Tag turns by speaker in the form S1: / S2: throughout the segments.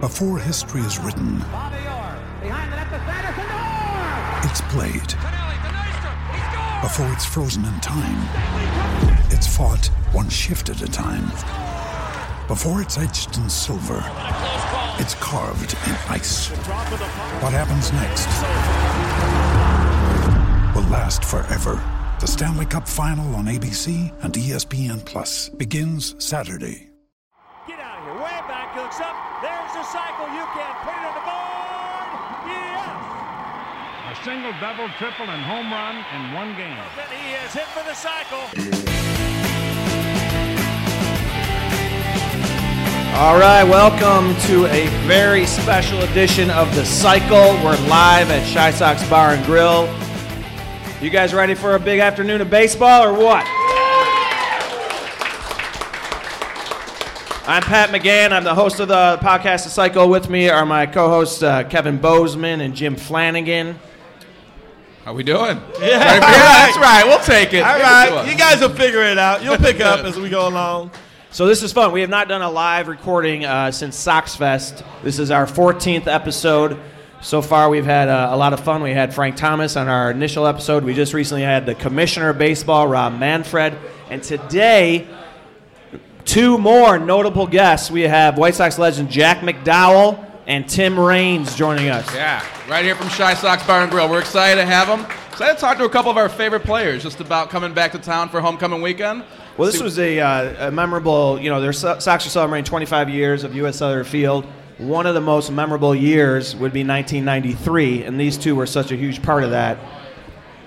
S1: Before history is written, it's played. Before it's frozen in time, it's fought one shift at a time. Before it's etched in silver, it's carved in ice. What happens next will last forever. The Stanley Cup Final on ABC and E ESPN Plus begins Saturday.
S2: Get out of here. Way back, looks up. There's the cycle. You can put it on the board. Yes!
S3: A single, double, triple, and home run in one game.
S2: And he is hit for the cycle.
S4: All right, welcome to a very special edition of The Cycle. We're live at Shy Sox Bar and Grill. You guys ready for a big afternoon of baseball or what? I'm Pat McGann. I'm the host of the podcast The Cycle. With me are my co hosts uh, Kevin Bozeman and Jim Flanagan.
S5: How we doing? Right, That's right. We'll take it.
S6: All right, you guys will figure it out. You'll pick up as we go along.
S4: So this is fun. We have not done a live recording uh, since Sox Fest. This is our 14th episode. So far, we've had uh, a lot of fun. We had Frank Thomas on our initial episode. We just recently had the Commissioner of Baseball, Rob Manfred, and today, two more notable guests. We have White Sox legend Jack McDowell and Tim Raines joining us.
S5: Yeah, right here from Shy Sox Bar and Grill. We're excited to have them. Excited to talk to a couple of our favorite players just about coming back to town for homecoming weekend.
S4: Well, this
S5: See-
S4: was a, uh, a memorable, you know, their so- Sox are celebrating 25 years of U.S. Cellular Field. One of the most memorable years would be 1993, and these two were such a huge part of that.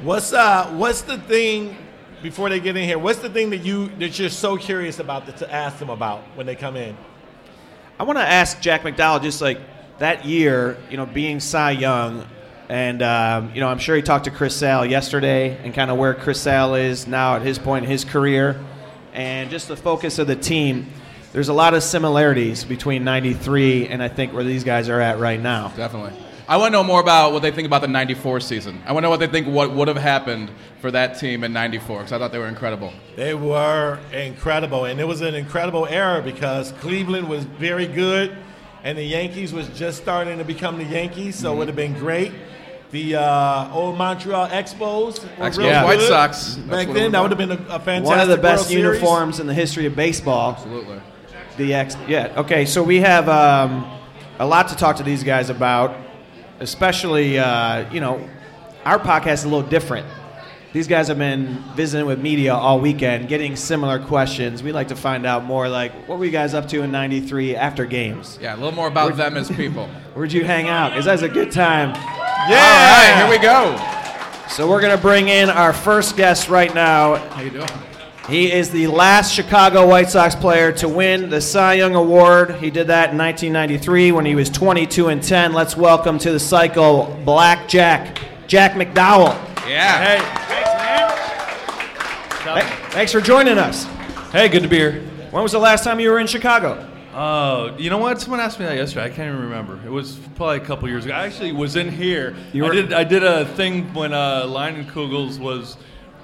S6: What's uh what's the thing before they get in here? What's the thing that you that you're so curious about that to ask them about when they come in?
S4: I want to ask Jack McDowell just like that year, you know, being Cy Young, and um, you know, I'm sure he talked to Chris Sale yesterday and kind of where Chris Sale is now at his point in his career, and just the focus of the team. There's a lot of similarities between '93 and I think where these guys are at right now.
S5: Definitely. I want to know more about what they think about the 94 season. I want to know what they think what would have happened for that team in 94 because I thought they were incredible.
S6: They were incredible, and it was an incredible era because Cleveland was very good, and the Yankees was just starting to become the Yankees, so it would have been great. The uh, old Montreal Expos, were
S5: Expos,
S6: real
S5: White
S6: good.
S5: Sox. That's
S6: Back
S5: what it
S6: then,
S5: was
S6: that would have
S5: about.
S6: been a, a fantastic
S4: One of the best
S6: World Series.
S4: uniforms in the history of baseball.
S5: Absolutely.
S4: The X, yeah. Okay, so we have um, a lot to talk to these guys about, especially uh, you know, our podcast is a little different. These guys have been visiting with media all weekend, getting similar questions. We like to find out more, like what were you guys up to in '93 after games?
S5: Yeah, a little more about them as people.
S4: Where'd you hang out? Because that's a good time.
S5: Yeah. All right, here we go.
S4: So we're gonna bring in our first guest right now.
S5: How you doing?
S4: He is the last Chicago White Sox player to win the Cy Young Award. He did that in 1993 when he was 22 and 10. Let's welcome to the cycle Black Jack, Jack McDowell.
S5: Yeah.
S4: Hey, thanks for joining us.
S7: Hey, good to be here.
S4: When was the last time you were in Chicago?
S7: Oh, you know what? Someone asked me that yesterday. I can't even remember. It was probably a couple years ago. I actually was in here.
S4: You were-
S7: I did. I did a thing when uh, Lion and Kugels was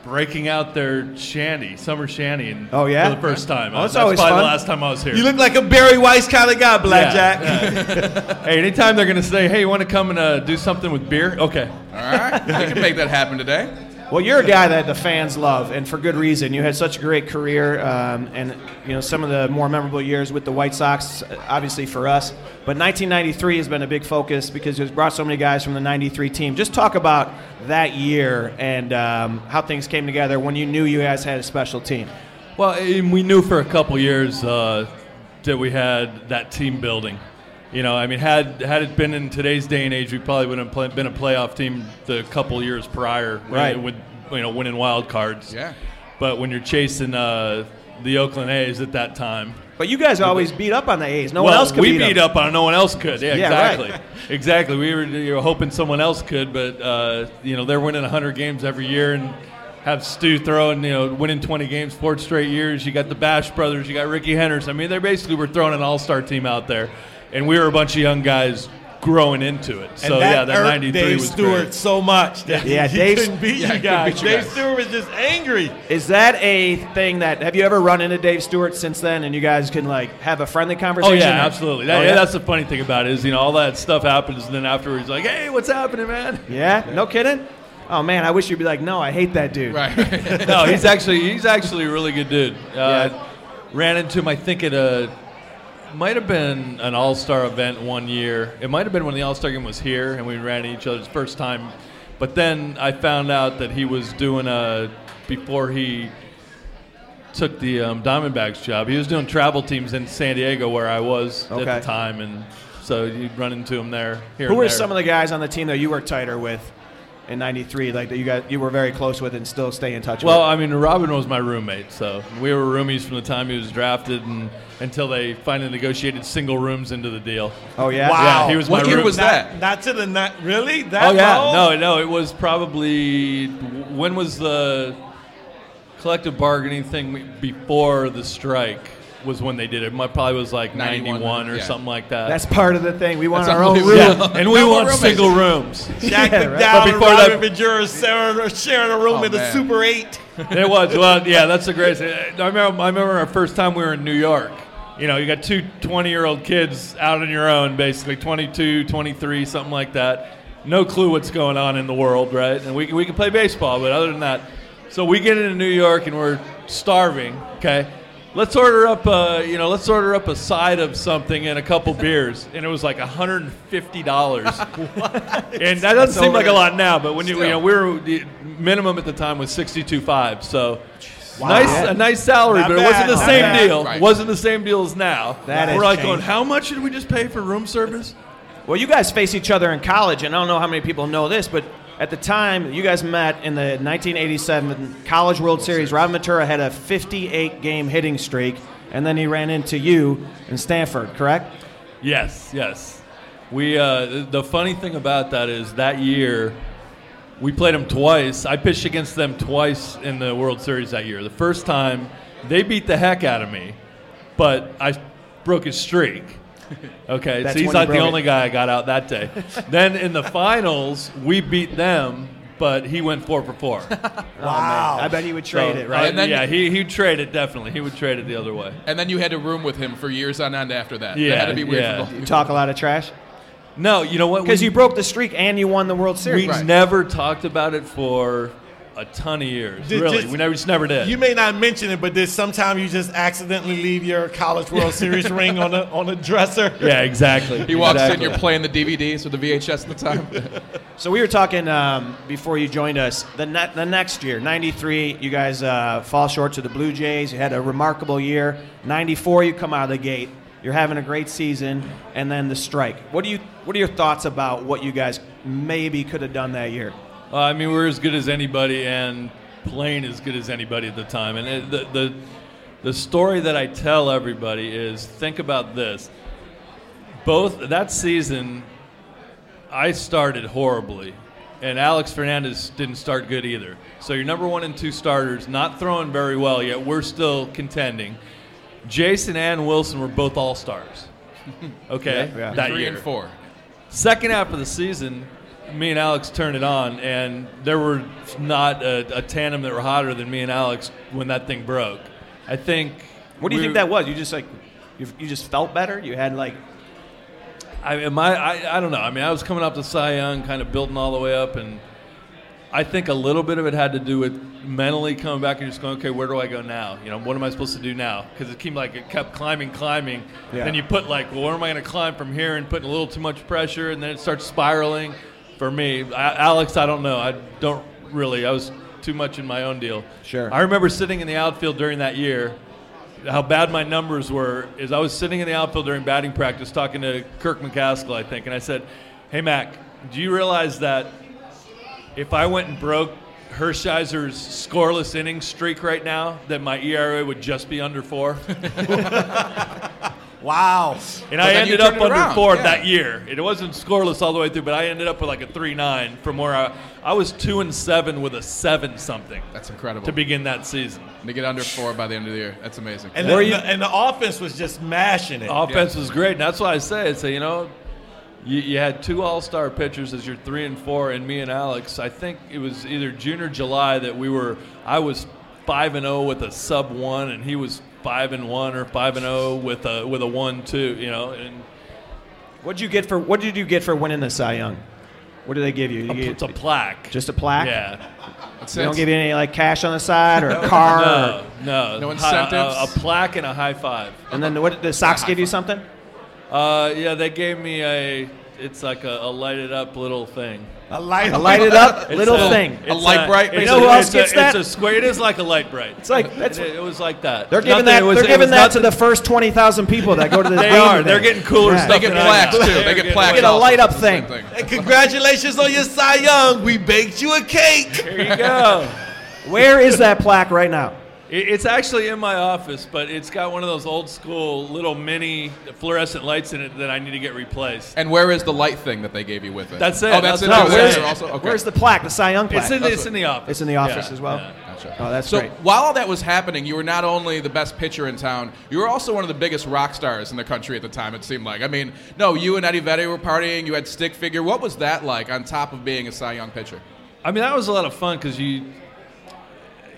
S7: breaking out their shanty, summer shanty, and
S4: Oh, yeah?
S7: for the first time.
S4: Oh, that's
S7: That's
S4: always
S7: probably
S4: fun.
S7: the last time I was here.
S6: You look like a Barry Weiss kind of guy,
S7: Yeah,
S6: Blackjack.
S7: yeah. hey, anytime they're gonna say, "Hey, you want to come and uh, do something with beer?" Okay.
S5: All right. We can make that happen today.
S4: Well, you're a guy that the fans love, and for good reason. You had such a great career, um, and you know some of the more memorable years with the White Sox, uh, obviously for us. But 1993 has been a big focus because it's brought so many guys from the '93 team. Just talk about that year and um, how things came together when you knew you guys had a special team.
S7: Well, and we knew for a couple years uh, that we had that team building. You know, I mean, had had it been in today's day and age, we probably would have play, been a playoff team the couple years prior, when-
S4: Right.
S7: With you know, winning wild cards.
S5: Yeah.
S7: But when you're chasing uh, the Oakland A's at that time,
S4: But you guys always beat up on the A's. No one
S7: well,
S4: else could
S7: we
S4: beat,
S7: beat
S4: them.
S7: up on no one else could. Yeah,
S4: Yeah, right.
S7: exactly, exactly. We were, you were hoping someone else could, but uh, you know they're winning 100 games every year and have Stu throwing, you know, winning 20 games four straight years. You got the Bash brothers, you got Ricky Henderson. I mean, they basically were throwing an all-star team out there, and we were a bunch of young guys growing into it. So
S6: and that
S7: yeah, that
S6: irked
S7: '93
S6: Dave
S7: was
S6: Stewart
S7: great.
S6: so much that
S4: Yeah,
S6: he
S4: Dave-
S6: couldn't
S5: yeah,
S6: beat
S5: he
S6: you
S5: couldn't
S6: guys.
S5: beat you
S6: Dave
S5: guys.
S6: Stewart was just angry.
S4: Is that a thing that have you ever run into Dave Stewart since then, and you guys can like have a friendly
S7: Oh
S4: conversation?
S7: yeah,
S4: or-
S7: absolutely. That,
S4: Oh,
S7: yeah?
S4: yeah?
S7: that's the funny thing about it is you know all that stuff happens, and then afterwards, like, hey, what's happening, man?
S4: Yeah? no kidding. Oh man, I wish you'd be like, no, I hate that dude.
S5: Right.
S7: no, he's actually he's actually a really good dude. Uh,
S4: Yeah.
S7: Ran into him, I think, at a might have been an All Star event one year. It might have been when the All Star game was here, and we ran into each other's first time. But then I found out that he was doing a before he took the um, Diamondbacks job. He was doing travel teams in San Diego, where I was
S4: Okay.
S7: at the time, and so you'd run into him there. Here
S4: Who
S7: and
S4: were
S7: there.
S4: some of the guys on the team that you were tighter with in '93, like that you got you were very close with and still stay in touch
S7: Well,
S4: with?
S7: I mean, Robin was my roommate, so we were roomies from the time he was drafted and until they finally negotiated single rooms into the deal.
S4: Oh yeah.
S7: Yeah, he was
S5: What
S7: my
S5: year
S7: room-
S5: was that?
S6: Not, not to the not really that.
S7: Oh yeah,
S6: low?
S7: no, no, it was probably when was the collective bargaining thing before the strike was when they did it. My probably was like
S5: 91,
S7: 91, or
S5: yeah.
S7: something like that.
S4: That's part of the thing. We want
S5: That's
S4: our own room.
S5: unbelievable.
S7: yeah. and we
S5: No more
S7: want
S5: roommates.
S7: single rooms.
S6: Jack
S4: Yeah, right.
S6: McDowell
S7: But
S6: and
S7: before that-
S6: Robert Ventura sharing, sharing a room
S5: Oh,
S6: in the
S5: man.
S6: Super 8.
S7: It was. Well, yeah, that's the greatest. I remember, I remember our first time we were in New York. You know, you got two 20 year old kids out on your own, basically 22, 23, something like that. No clue what's going on in the world, right? And we, we can play baseball, but other than that. So we get into New York and we're starving, okay? Let's order up, a, you know, let's order up a side of something and a couple beers, and it was like 150 dollars. And that doesn't seem like a lot now, but when you, you know, we were the minimum at the time was sixty-two five. So nice, a nice salary,
S6: Not
S7: but
S6: bad,
S7: it wasn't the
S6: not
S7: same
S6: bad.
S7: deal.
S5: Right.
S7: Wasn't the same deal as now.
S4: That
S7: we're
S4: has
S7: like going,
S4: changed.
S7: how much did we just pay for room service?
S4: Well, you guys face each other in college, and I don't know how many people know this, but at the time you guys met in the 1987 College World Series, Robin Ventura had a 58 game hitting streak, and then he ran into you in Stanford, correct?
S7: Yes, yes. We uh, the funny thing about that is that year we played them twice. I pitched against them twice in the World Series that year. The first time they beat the heck out of me, but I broke his streak. Okay,
S4: That's
S7: so
S4: when you
S7: he's not the
S4: broke it.
S7: only guy I got out that day. then in the finals we beat them, but he went four for four.
S4: Wow. I bet he would trade
S7: So, uh,
S4: it, right?
S5: And then-
S7: yeah, he he traded definitely. He would trade it the other way.
S5: And then you had to room with him for years on end after that.
S7: Yeah,
S5: That had to be weird
S7: yeah.
S5: for both of
S4: you
S5: you.
S4: talk a lot of trash
S7: No, you know what?
S4: because
S7: We-
S4: you broke the streak and you won the World
S7: We
S4: Series.
S5: Right.
S7: never talked about it for a ton of years.
S6: Did-
S7: really,
S6: just-
S7: we never just never did.
S6: You may not mention it, but did sometime you just accidentally leave your College World Series ring on a on a dresser?
S7: yeah, exactly.
S5: He walks
S7: exactly.
S5: in, you're playing the DVDs or the VHS at the time.
S4: So we were talking um, before you joined us. The ne- the next year, '93, you guys uh, fall short to the Blue Jays. You had a remarkable year. '94, you come out of the gate. You're having a great season, and then the strike. What do you? What are your thoughts about what you guys maybe could have done that year?
S7: Uh, I mean, we're as good as anybody, and playing as good as anybody at the time. And it, the, the the story that I tell everybody is: think about this. Both that season, I started horribly, and Alex Fernandez didn't start good either. So your number one and two starters not throwing very well yet. We're still contending. Jason and Wilson were both all stars. Okay,
S4: Yeah, yeah.
S7: that
S5: Three
S7: year.
S5: and four.
S7: Second half of the season, me and Alex turned it on, and there were not a, a tandem that were hotter than me and Alex when that thing broke. I think.
S4: What do you
S7: we-
S4: think that was? You just like, you, you just felt better. You had like,
S7: I, mean, my, I, I don't know. I mean, I was coming up to Cy Young, kind of building all the way up, and I think a little bit of it had to do with mentally coming back and just going, okay, where do I go now? You know, what am I supposed to do now? Because it seemed like it kept climbing, climbing.
S4: Yeah.
S7: Then you put like, well, where am I going to climb from here? And putting a little too much pressure, and then it starts spiraling. For me, I, Alex, I don't know. I don't really. I was too much in my own deal.
S4: Sure.
S7: I remember sitting in the outfield during that year how bad my numbers were is I was sitting in the outfield during batting practice talking to Kirk McCaskill, I think, and I said, Hey, Mac, do you realize that if I went and broke Hershiser's scoreless inning streak right now, that my ERA would just be under four?
S6: Wow.
S7: And I
S5: then you
S7: ended
S5: turned
S7: up
S5: it
S7: under
S5: around,
S7: four
S5: yeah.
S7: that year. It wasn't scoreless all the way through, but I ended up with like a three nine from where I, I was two and seven with a seven something
S5: That's incredible.
S7: to begin that season.
S5: to get under four by the end of the year. That's amazing.
S6: And
S7: Were
S6: the,
S7: you- Oh.
S6: and the offense was just mashing it.
S7: offense was great. And that's why I say, I say, you know, You, you had two All Star pitchers as your three and four, and me and Alex. I think it was either June or July that we were. I was five and zero with a sub one, and he was five and one or five and zero with a with a one two. You know, and
S4: What did you get for What did you get for winning the Cy Young? What did they give you? Did you
S7: it's a plaque.
S4: just a plaque.
S7: yeah.
S4: They don't give you any like cash on the side or a car.
S7: No,
S4: or-
S7: no,
S5: No
S7: Hi- a-
S5: incentives?
S7: A, a plaque and a high five.
S4: and then what? did The Sox give you something?
S7: Uh, yeah, they gave me a. It's like a, a lighted up little thing.
S6: A light,
S4: A lighted up
S7: It's
S4: little
S7: a-
S4: thing.
S7: it's
S5: light bright,
S7: it's
S5: You
S4: know who else
S7: it's
S4: gets
S7: a,
S4: that?
S7: It's a square. It is like a light bright.
S4: It's like that's.
S7: it, it was like that.
S4: They're giving
S7: Nothing-
S4: that.
S7: it was-
S4: they're
S7: it
S4: giving
S7: was
S4: that to
S7: nothing-
S4: the first twenty thousand people that go to this.
S7: They
S4: game
S7: are.
S4: today.
S7: They're getting cooler
S4: Yeah.
S7: stuff.
S5: They get
S7: than I
S5: plaques too.
S7: am.
S5: They get plaques.
S4: get a
S5: also.
S4: light up
S5: It's the same
S4: thing.
S6: And congratulations on your Cy Young. We baked you a cake.
S7: There you go.
S4: Where is that plaque right now?
S7: It- It's actually in my office, but it's got one of those old school little mini fluorescent lights in it that I need to get replaced.
S5: And where is the light thing that they gave you with it?
S7: That's it.
S5: Oh, that's,
S7: That's
S5: it.
S7: it.
S5: Oh,
S7: No,
S5: that's
S7: where's-
S5: it also? Okay.
S4: Where's the plaque? The Cy Young plaque.
S7: It's in, it's in the office.
S4: It's in the office as well?
S5: Gotcha.
S4: Oh, that's
S5: so
S4: great.
S5: while all that was happening, you were not only the best pitcher in town, you were also one of the biggest rock stars in the country at the time. It seemed like. I mean, no, you and Eddie Vedder were partying. You had stick figure. What was that like? On top of being a Cy Young pitcher,
S7: I mean, that was a lot of fun because you,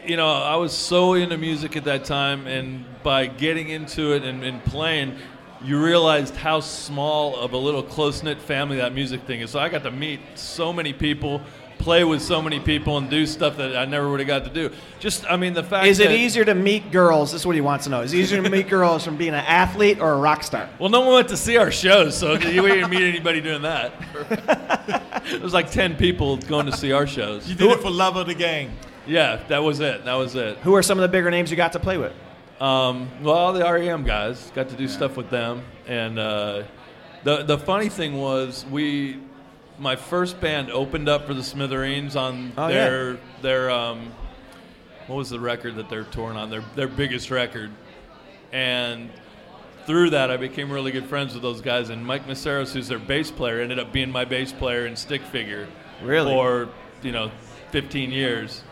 S7: you know, I was so into music at that time, and by getting into it and, and playing, you realized how small of a little close knit family that music thing is. So I got to meet so many people, play with so many people, and do stuff that I never would have got to do. Just, I mean, the fact
S4: Is it
S7: that-
S4: easier to meet girls? This is what he wants to know. Is it easier to meet girls from being an athlete or a rock star?
S7: Well, no one went to see our shows, so we didn't meet anybody doing that. it was like ten people going to see our shows.
S6: You did it for love of the game.
S7: Yeah, that was it. That was it.
S4: Who are some of the bigger names you got to play with?
S7: Um, well, the REM guys got to do stuff with them, and uh, the the funny thing was we, my first band opened up for the Smithereens on
S4: Oh,
S7: their their um, what was the record that they're touring on their their biggest record, and through that I became really good friends with those guys. And Mike Maceros, who's their bass player, ended up being my bass player in Stick Figure
S4: Really?
S7: for you know 15 years.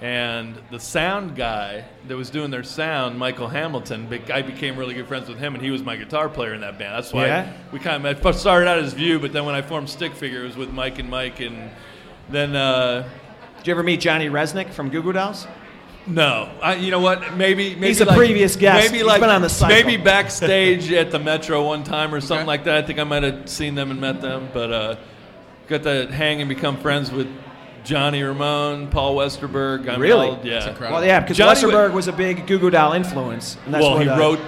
S7: And the sound guy that was doing their sound, Michael Hamilton, be- I became really good friends with him, and he was my guitar player in that band. That's why
S4: Yeah?
S7: we kind of I first started out as View, but then when I formed Stick Figure, it was with Mike and Mike, and then. Uh,
S4: Did you ever meet Johnny Resnick from Goo Goo Dolls?
S7: no, I, you know what? Maybe, maybe
S4: He's a
S7: like-
S4: previous guest.
S7: Maybe
S4: He's
S7: like
S4: been on the cycle.
S7: maybe backstage at the Metro one time or something
S5: Okay.
S7: like that. I think I might have seen them and met them, but uh, got to hang and become friends with Johnny Ramone, Paul Westerberg. I'm
S4: Really?
S7: all- yeah.
S5: That's incredible.
S4: Well, yeah, because
S7: Johnny
S4: Westerberg
S7: would-
S4: was a big Goo Goo Doll influence. And that's
S7: well,
S4: what,
S7: he
S4: uh,
S7: wrote.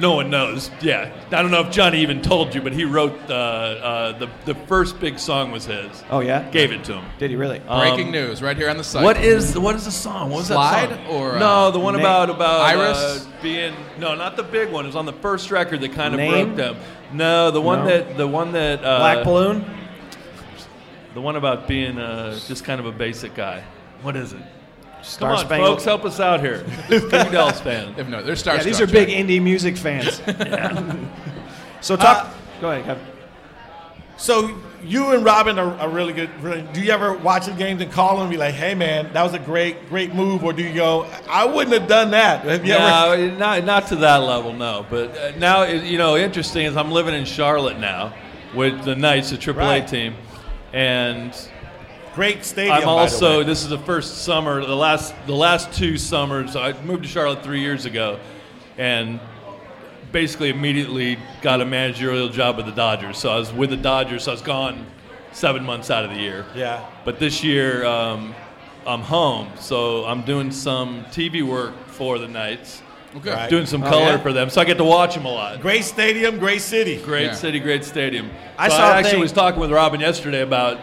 S7: No one knows. Yeah, I don't know if Johnny even told you, but he wrote uh, uh, the the first big song was his.
S4: Oh, yeah?
S7: Gave it Uh, to him.
S4: Did he really?
S5: breaking news right here on the site.
S7: Um, What is what is the song? What was
S5: Slide
S7: that song?
S5: or, uh,
S7: no, the one
S4: Na-
S7: about about
S5: Iris?
S7: uh, being no, not the big one. It was on the first record that kind of
S4: Name?
S7: broke them. No, the one
S4: No.
S7: that the one that uh,
S4: Black Balloon?
S7: the one about being uh, just kind of a basic guy. What is it? Come
S4: Star
S7: on,
S4: Spangled.
S7: folks, help us out here. Big Dells fan.
S5: If no, they're
S4: Yeah,
S5: stars.
S4: these are big indie music fans. Uh, so talk. go ahead, Kev.
S6: So you and Robin are, are really good. Really, do you ever watch the games and call them and be like, "Hey, man, that was a great, great move," or do you go, "I wouldn't have done that"? Have you ever?
S7: No, not not to that level, no. But uh, now, it- you know, interesting is I'm living in Charlotte now with the Knights, the AAA
S6: Right.
S7: team, and
S6: Great stadium. by
S7: I'm
S6: the
S7: also.
S6: way.
S7: This is the first summer. The last. The last two summers. I moved to Charlotte three years ago, and basically immediately got a managerial job with the Dodgers. So I was with the Dodgers. So I was gone seven months out of the year.
S6: Yeah.
S7: But this year, um, I'm home. So I'm doing some TV work for the Knights.
S5: Okay.
S6: Right.
S7: Doing some
S4: Oh,
S7: color
S4: yeah?
S7: for them, so I get to watch them a lot.
S6: great stadium, great city.
S7: Great
S5: Yeah.
S7: city, great stadium.
S4: I
S7: So
S4: saw a
S7: actually
S4: thing-
S7: was talking with Robin yesterday about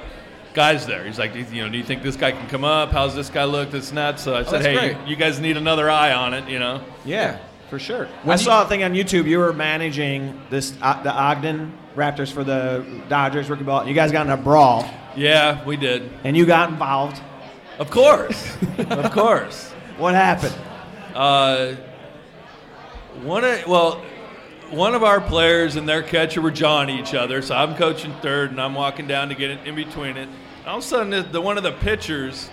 S7: guys there. He's like, "Do you- you know, do you think this guy can come up? How's this guy look? This and that.
S4: Oh,
S7: So I said,
S5: that's
S7: hey,
S5: great.
S7: you guys need another eye on it. You know,
S4: Yeah, for sure. I
S5: When you-
S4: saw a thing on YouTube. You were managing this uh, the Ogden Raptors for the Dodgers rookie ball. You guys got in a brawl,
S7: yeah, we did.
S4: and you got involved.
S7: Of course, of course.
S4: What happened?
S7: Uh, one of well, one of our players and their catcher were jawing each other. So I'm coaching third, and I'm walking down to get it in between it. All of a sudden, the, the one of the pitchers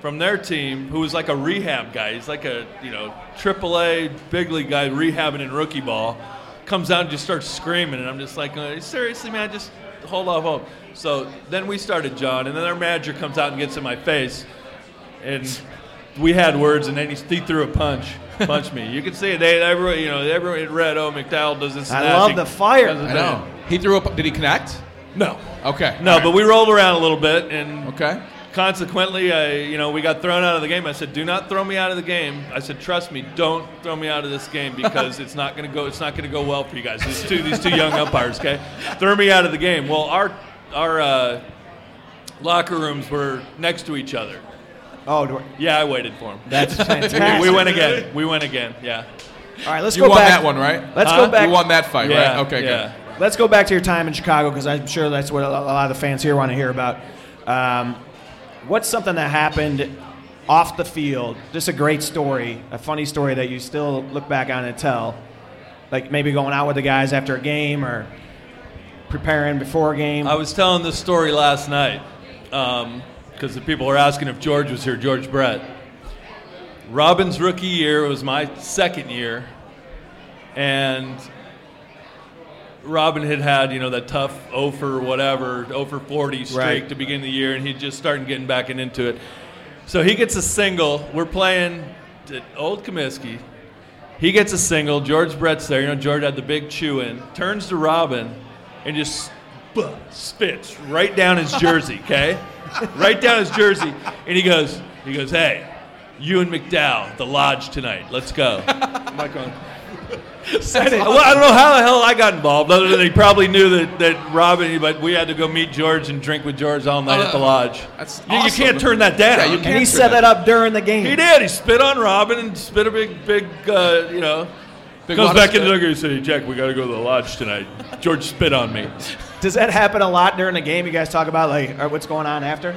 S7: from their team, who was like a rehab guy, he's like a you know AAA big league guy rehabbing in rookie ball, comes out and just starts screaming, and I'm just like, uh, seriously, man, just hold off hope. So then we started John, and then our manager comes out and gets in my face, and we had words, and then he, he threw a punch, punched me. You can see it. They, everyone, you know, everyone in red. Oh, McDowell does this. and
S4: I
S7: that.
S4: love
S7: He-
S4: the fire.
S7: does
S5: I
S7: it
S5: know. He threw up. Did he connect?
S7: No,
S5: Okay.
S7: no, but we rolled around a little bit, and
S5: Okay.
S7: consequently, I, you know, we got thrown out of the game. I said, "Do not throw me out of the game." I said, "Trust me, don't throw me out of this game because it's not going to go. It's not going to go well for you guys. These two, these two young umpires, okay, threw me out of the game. Well, our our uh, locker rooms were next to each other.
S4: Oh, do I-
S7: Yeah, I waited for him.
S4: that's fantastic.
S7: We went again. We went again. Yeah.
S4: All right, let's
S5: You
S4: go
S5: won
S4: back.
S5: that one, right?
S4: Let's
S7: Huh?
S4: go back.
S5: You won that fight,
S7: yeah.
S5: right? Okay,
S7: yeah.
S5: good.
S4: Let's go back to your time in Chicago because I'm sure that's what a a lot of the fans here want to hear about. Um, what's something that happened off the field? Just a great story, a funny story that you still look back on and tell. Like maybe going out with the guys after a game or preparing before a game.
S7: I was telling this story last night because the people are asking if George was here, George Brett. Robin's rookie year was my second year, and Robin had had you know that tough 0 for whatever 0 for 40 streak
S4: Right.
S7: to begin the year, and he just started getting back and into it. So he gets a single. We're playing at Old Comiskey. He gets a single. George Brett's there. You know, George had the big chew in. Turns to Robin and just buh, spits right down his jersey, okay? right down his jersey. And he goes, he goes, hey, you and McDowell, the lodge tonight. Let's go. I'm like going, well, I don't know how the hell I got involved, other than they probably knew that, that Robin, but we had to go meet George and drink with George all night at the lodge.
S5: Oh, That's
S7: you, you
S5: awesome.
S7: can't turn that down.
S5: Yeah, you
S4: and he
S5: can't
S4: set
S5: do
S4: that up during the game.
S7: He did. He spit on Robin and spit a big, big, uh, you know.
S5: Big
S7: comes
S5: lot of
S7: back in the
S5: spit.
S7: locker and says, Jack, we got to go to the lodge tonight. George spit on me.
S4: Does that happen a lot during the game? You guys talk about like all right, what's going on after?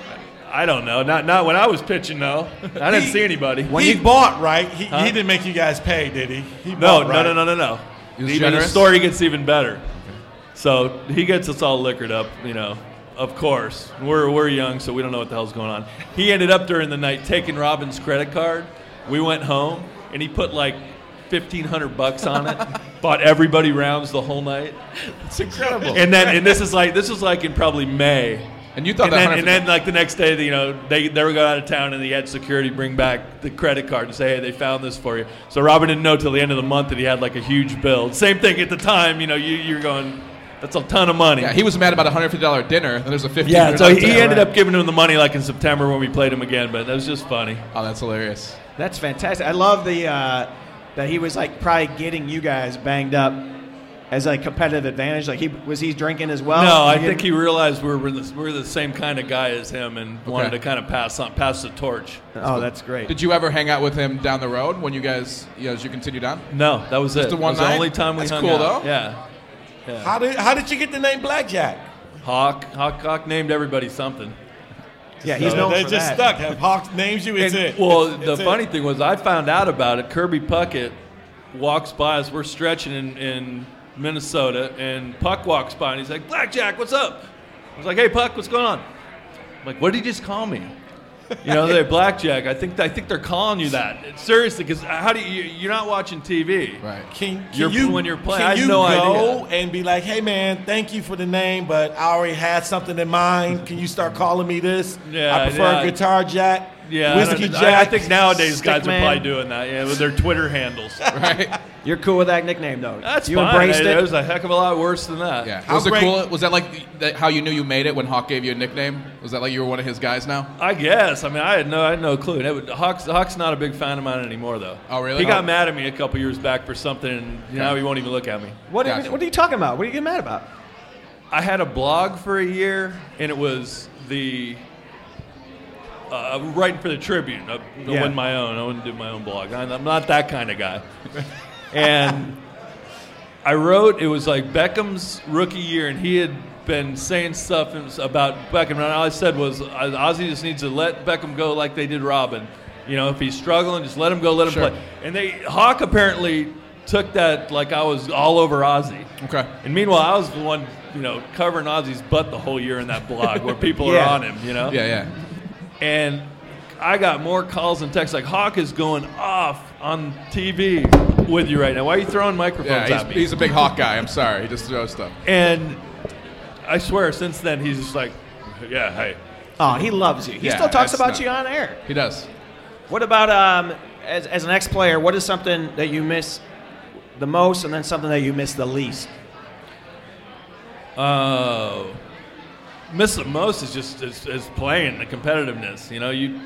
S7: I don't know. Not not when I was pitching, though. I didn't see anybody.
S4: When
S6: he
S4: you-
S6: bought, right? He, he didn't make you guys pay, did he? he
S7: No,
S6: bought,
S7: no,
S6: right?
S7: no, no, no, no.
S5: He was
S7: Even the
S5: generous?
S7: story gets even better. So he gets us all liquored up, you know. Of course, we're we're young, so we don't know what the hell's going on. He ended up during the night taking Robin's credit card. We went home, and he put like fifteen hundred bucks on it. bought everybody rounds the whole night,
S5: It's incredible.
S7: and then and this is like this was like in probably May
S5: And you thought
S7: and
S5: that.
S7: then,
S5: 150
S7: and then like the next day, you know, they they were going out of town, and he had security bring back the credit card and say, "Hey, they found this for you." So Robin didn't know till the end of the month that he had like a huge bill. Same thing at the time, you know, you you're going, "That's a ton of money."
S5: yeah, he was mad about a hundred fifty dollar dinner. And there's a fifty.
S7: Yeah, so he,
S4: Yeah,
S7: ended
S4: right.
S7: up giving him the money like in September when we played him again, but that was just funny.
S5: Oh, that's hilarious.
S4: That's fantastic. I love the uh, that he was like probably getting you guys banged up as like competitive advantage. Like he was he drinking as well.
S7: no, I
S4: He
S7: think
S4: didn't-
S7: he realized we were the, we're the same kind of guy as him and wanted to kind of pass on pass the torch.
S4: Oh, that's great.
S5: Did you ever hang out with him down the road when you guys, you know, as you continued on?
S7: No, that was it.
S5: the one
S7: It was
S5: night?
S7: the only time we
S5: That's
S7: hung
S5: cool,
S7: out.
S5: though.
S7: Yeah,
S6: How did how did you get the name Blackjack?
S7: Hawk, Hawk, Hawk named everybody something.
S4: yeah, he's
S6: So
S4: known
S6: they
S4: for
S6: just
S4: that.
S6: stuck. If Hawks names you, it's
S7: And-
S6: it.
S7: Well,
S6: It's-
S7: the
S6: it's it.
S7: funny thing was, I found out about it. Kirby Puckett walks by us. We're stretching in, in Minnesota, and Puck walks by, and he's like, "Blackjack, what's up?" I was like, "Hey, Puck, what's going on?" I'm like, "What did you just call me?" You know, they're Blackjack. I think I think they're calling you that seriously because how do you? You're not watching TV,
S5: Right.
S6: Can, can
S7: You're-
S6: you
S7: when you're playing,
S6: can
S7: I had
S6: you
S7: no
S6: go
S7: idea.
S6: and be like, "Hey, man, thank you for the name, but I already had something in mind. Can you start calling me this?
S7: Yeah,
S6: I prefer
S7: yeah.
S6: Guitar Jack,
S7: Yeah, I
S6: Whiskey
S7: don't- I-
S6: Jack.
S7: I, think nowadays guys
S4: Stickman.
S7: are probably doing that. Yeah, with their Twitter handles.
S5: Right.
S4: You're cool with that nickname though.
S7: That's
S4: you
S7: fine.
S4: embraced
S7: Hey,
S4: it.
S7: It was a heck of a lot worse than that.
S5: Yeah.
S6: How
S5: Was it
S6: great-
S5: cool? Was that like the- that how you knew you made it when Hawk gave you a nickname? Was that like you were one of his guys now?
S7: I guess. I mean, I had no, I had no clue. And it would, Hawk's, Hawk's not a big fan of mine anymore, though.
S5: Oh, really?
S7: He got
S5: Oh.
S7: mad at me a couple years back for something, and now he won't even look at me.
S4: what, are,
S5: Gotcha.
S4: what are you talking about? What are you getting mad about?
S7: I had a blog for a year, and it was the uh, writing for the Tribune. I, I
S4: Yeah.
S7: wasn't my own. I wouldn't do my own blog. I'm I'm not that kind of guy. and I wrote. It was like Beckham's rookie year, and he had been saying stuff about Beckham. And all I said was, Ozzy just needs to let Beckham go like they did Robin. You know, if he's struggling, just let him go, let him
S5: Sure.
S7: play. And they Hawk apparently took that like I was all over Ozzy.
S5: Okay.
S7: And meanwhile, I was the one, you know, covering Ozzy's butt the whole year in that blog where people
S4: Yeah.
S7: are on him, you know?
S5: Yeah, yeah.
S7: And I got more calls and texts like, Hawk is going off on TV. with you right now. Why are you throwing microphones
S5: Yeah,
S7: at
S5: he's,
S7: me?
S5: he's a big Hawk guy. I'm sorry. He just throws stuff.
S7: and I swear, since then he's just like, yeah, hey,
S4: Oh, he loves you. He
S5: Yeah,
S4: still talks
S5: that's
S4: about
S5: not-
S4: you on air.
S5: He does.
S4: What about um, as, as an ex-player? What is something that you miss the most, and then something that you miss the least?
S7: Oh, miss the most is just is, is playing the competitiveness. You know, you,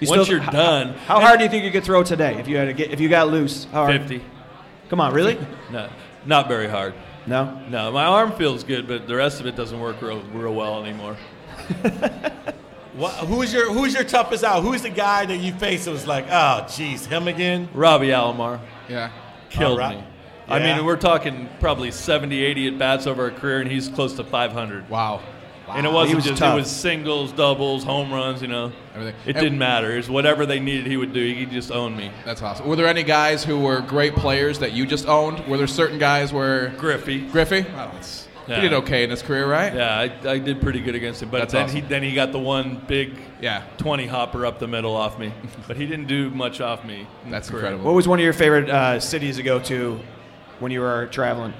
S4: You
S7: once
S4: still-
S7: you're
S4: how-
S7: done, eh,
S4: How hard do you think you could throw today if you had to get if you got loose? How hard?
S7: Fifty.
S4: Come on, really?
S7: No, not very hard.
S4: No.
S7: No, my arm feels good, but the rest of it doesn't work real, real well anymore.
S6: What, who is your Who is your toughest out? Who is the guy that you faced that was like, oh, geez, him again?
S7: Robbie Alomar
S5: Yeah.
S7: killed
S6: All right.
S7: me. I
S6: Yeah.
S7: mean, we're talking probably 70, 80 at bats over a career, and he's close to 500.
S5: Wow.
S7: And it wasn't
S4: was
S7: just
S4: tough.
S7: it was singles, doubles, home runs. You know,
S5: Everything.
S7: It
S5: And-
S7: didn't matter. It's whatever they needed, he would do. He could just own me.
S5: That's awesome. Were there any guys who were great players that you just owned? Were there certain guys where
S7: Griffey.
S5: Griffey? Oh, that's-
S7: Yeah.
S5: He did okay in his career, right?
S7: Yeah, I, I did pretty good against him, but
S5: That's
S7: then
S5: awesome.
S7: he then he got the one big
S5: Yeah.
S7: twenty hopper up the middle off me, but he didn't do much off me. in
S5: That's
S7: the career.
S5: incredible.
S4: What was one of your favorite uh, cities to go to when you were traveling?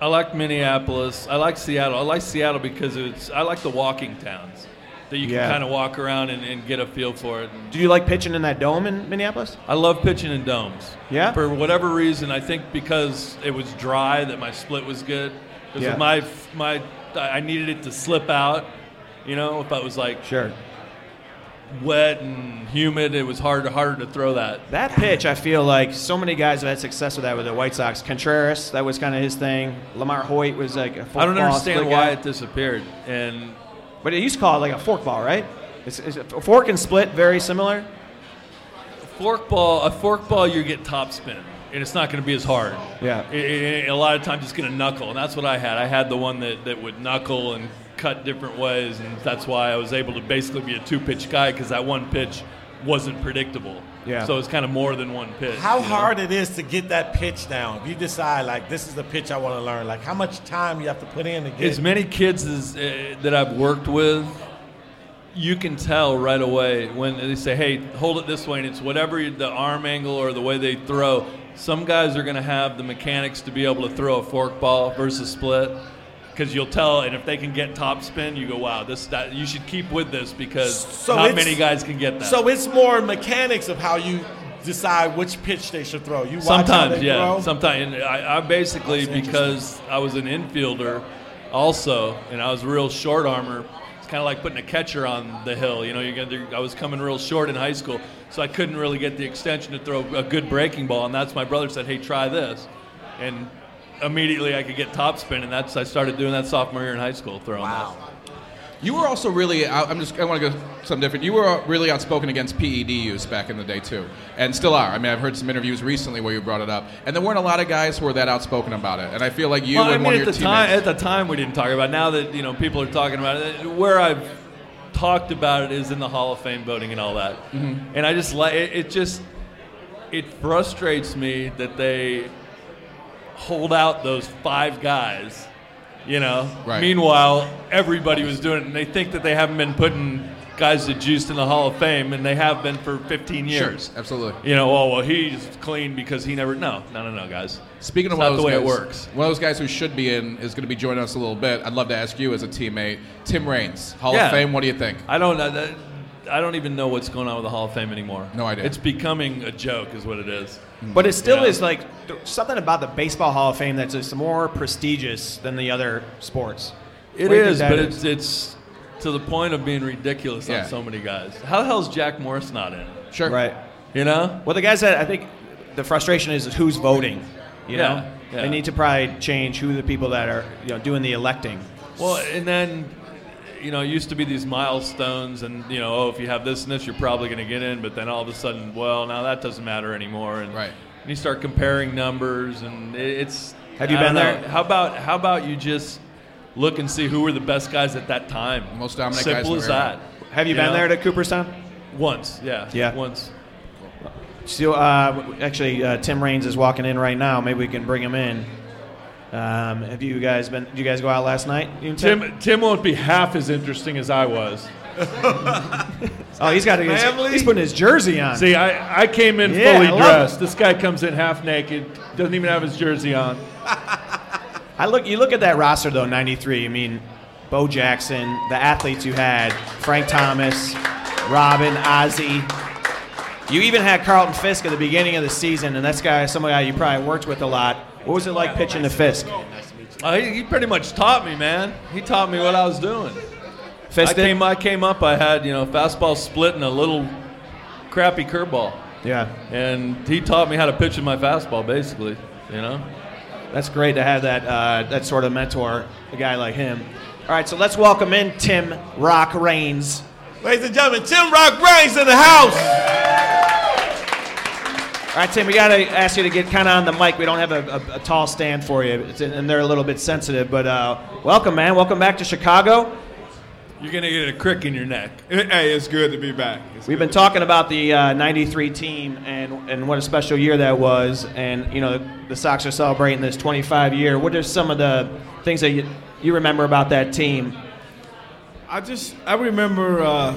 S7: I like Minneapolis. I like Seattle. I like Seattle because it's I like the walking towns that you can
S4: Yeah.
S7: kind of walk around and, and get a feel for it.
S4: Do you like pitching in that dome in Minneapolis?
S7: I love pitching in domes.
S4: Yeah?
S7: For whatever reason, I think because it was dry that my split was good. Because
S4: Yeah.
S7: my my I needed it to slip out. You know, if I was like
S4: Sure.
S7: wet and humid, it was hard harder to throw that.
S4: That pitch, I feel like so many guys have had success with that with the White Sox. Contreras, that was kind of his thing. Lamar Hoyt was like a forkball
S7: I don't understand
S4: split
S7: why
S4: guy.
S7: it disappeared. And
S4: But they used to call it like a forkball, right? It's, it's a fork and split, very similar.
S7: Mm-hmm. forkball, a forkball, you get topspin, and it's not going to be as hard.
S4: Yeah.
S7: I- I- I- a lot of times it's going to knuckle, and that's what I had. I had the one that, that would knuckle and cut different ways, and that's why I was able to basically be a two pitch guy because that one pitch wasn't predictable.
S4: Yeah.
S7: So it's kind of more than one pitch.
S6: How
S7: you know?
S6: hard it is to get that pitch down? If you decide like this is the pitch I want to learn, like how much time you have to put in to get
S7: As many kids as, uh, that I've worked with, you can tell right away when they say, "Hey, hold it this way," and it's whatever you- the arm angle or the way they throw. Some guys are going to have the mechanics to be able to throw a forkball versus split because you'll tell, and if they can get top spin, you go, "Wow, this that, you should keep with this because
S6: So
S7: not
S6: it's-
S7: many guys can get that."
S6: So it's more mechanics of how you decide which pitch they should throw. You watch how
S7: Sometimes,
S6: they
S7: yeah.
S6: throw?
S7: Sometimes and I, I basically
S6: That's
S7: because I was an infielder, also, and I was a real short armor. It's kind of like putting a catcher on the hill. You know, you're gonna. I was coming real short in high school, so I couldn't really get the extension to throw a good breaking ball. And that's my brother said, "Hey, try this," and immediately I could get topspin, and that's I started doing that sophomore year in high school throwing. Wow.
S5: You were also really. I- I'm just. I want to go something different. You were really outspoken against PED use back in the day too, and still are. I mean, I've heard some interviews recently where you brought it up, and there weren't a lot of guys who were that outspoken about it. And I feel like you
S7: well,
S5: and
S7: I mean,
S5: one of
S7: at
S5: your
S7: the
S5: teammates.
S7: time, at the time we didn't talk about. it. Now that you know, people are talking about it. Where I've talked about it is in the Hall of Fame voting and all that.
S5: Mm-hmm.
S7: And I just like it, it. Just it frustrates me that they hold out those five guys. You know.
S5: Right.
S7: Meanwhile, everybody was doing it, and they think that they haven't been putting guys that juiced in the Hall of Fame, and they have been for 15
S5: Sure,
S7: years.
S5: absolutely.
S7: You know, oh well, he's clean because he never. No, no, no, no, guys.
S5: Speaking of
S7: It's
S5: one
S7: not
S5: of
S7: the
S5: those
S7: way
S5: guys,
S7: it works.
S5: one of those guys who should be in is going to be joining us a little bit. I'd love to ask you as a teammate, Tim Raines, Hall
S7: Yeah.
S5: of Fame. What do you think?
S7: I don't know. that- I don't even know what's going on with the Hall of Fame anymore.
S5: No idea.
S7: It's becoming a joke, is what it is.
S4: But it still
S7: Yeah.
S4: is like th- something about the Baseball Hall of Fame that's just more prestigious than the other sports.
S7: It
S4: What do you think
S7: is,
S4: that
S7: but it's it's to the point of being ridiculous
S5: Yeah.
S7: on so many guys. How the hell's Jack Morris not in? it?
S5: Sure.
S4: right.
S7: You know,
S4: Well, the guys that I think the frustration is, is who's voting. You
S7: Yeah,
S4: know,
S7: yeah.
S4: they need to probably change who the people that are you know doing the electing.
S7: Well, and then, you know, it used to be these milestones, and you know, oh, if you have this and this, you're probably going to get in. But then all of a sudden, well, now that doesn't matter anymore, and,
S5: Right.
S7: and you start comparing numbers, and it, it's.
S4: Have you
S7: I don't
S4: been
S7: know.
S4: there?
S7: How about how about you just look and see who were the best guys at that time?
S5: Most dominant guys
S7: Simple
S5: in
S7: as
S5: the era.
S7: that.
S4: Have you, been
S7: know?
S4: there to Cooperstown?
S7: once? Yeah.
S4: Yeah.
S7: Once.
S4: So, uh, w- actually, uh, Tim Raines is walking in right now. Maybe we can bring him in. Um, have you guys been? Did you guys go out last night? You and
S8: Tim, Tim won't be half as interesting as I was.
S4: Oh, he's got his,
S6: Family?
S4: he's putting his jersey on.
S7: See, I, I came in
S4: Yeah, I
S7: fully
S4: love
S7: dressed. This guy comes in half naked, doesn't even have his jersey on.
S4: I look. You look at that roster though. '93. I mean, Bo Jackson, the athletes you had, Frank Thomas, Robin, Ozzie. You even had Carlton Fisk at the beginning of the season, and that's guy, some guy you probably worked with a lot. What was it like pitching to Fisk?
S7: Uh, he, he pretty much taught me, man. He taught me what I was doing. I
S4: Fisk did?
S7: came, I came up, I had, you know, fastball split and a little crappy curveball.
S4: Yeah,
S7: And he taught me how to pitch in my fastball, basically, you know?
S4: that's great to have that uh, that sort of mentor, a guy like him. All right, so let's welcome in Tim Rock Reigns.
S6: Ladies and gentlemen, Tim Rock Brains in the house.
S4: All right, Tim, we got to ask you to get kind of on the mic. We don't have a, a, a tall stand for you, it's, and they're a little bit sensitive. But uh, welcome, man. Welcome back to Chicago.
S7: You're going to get a crick in your neck.
S8: Hey, it's good to be back. It's
S4: We've
S8: good
S4: been talking about the uh, '93 team and and what a special year that was, and you know the Sox are celebrating this 25 year. What are some of the things that you, you remember about that team?
S8: to- I just I remember uh,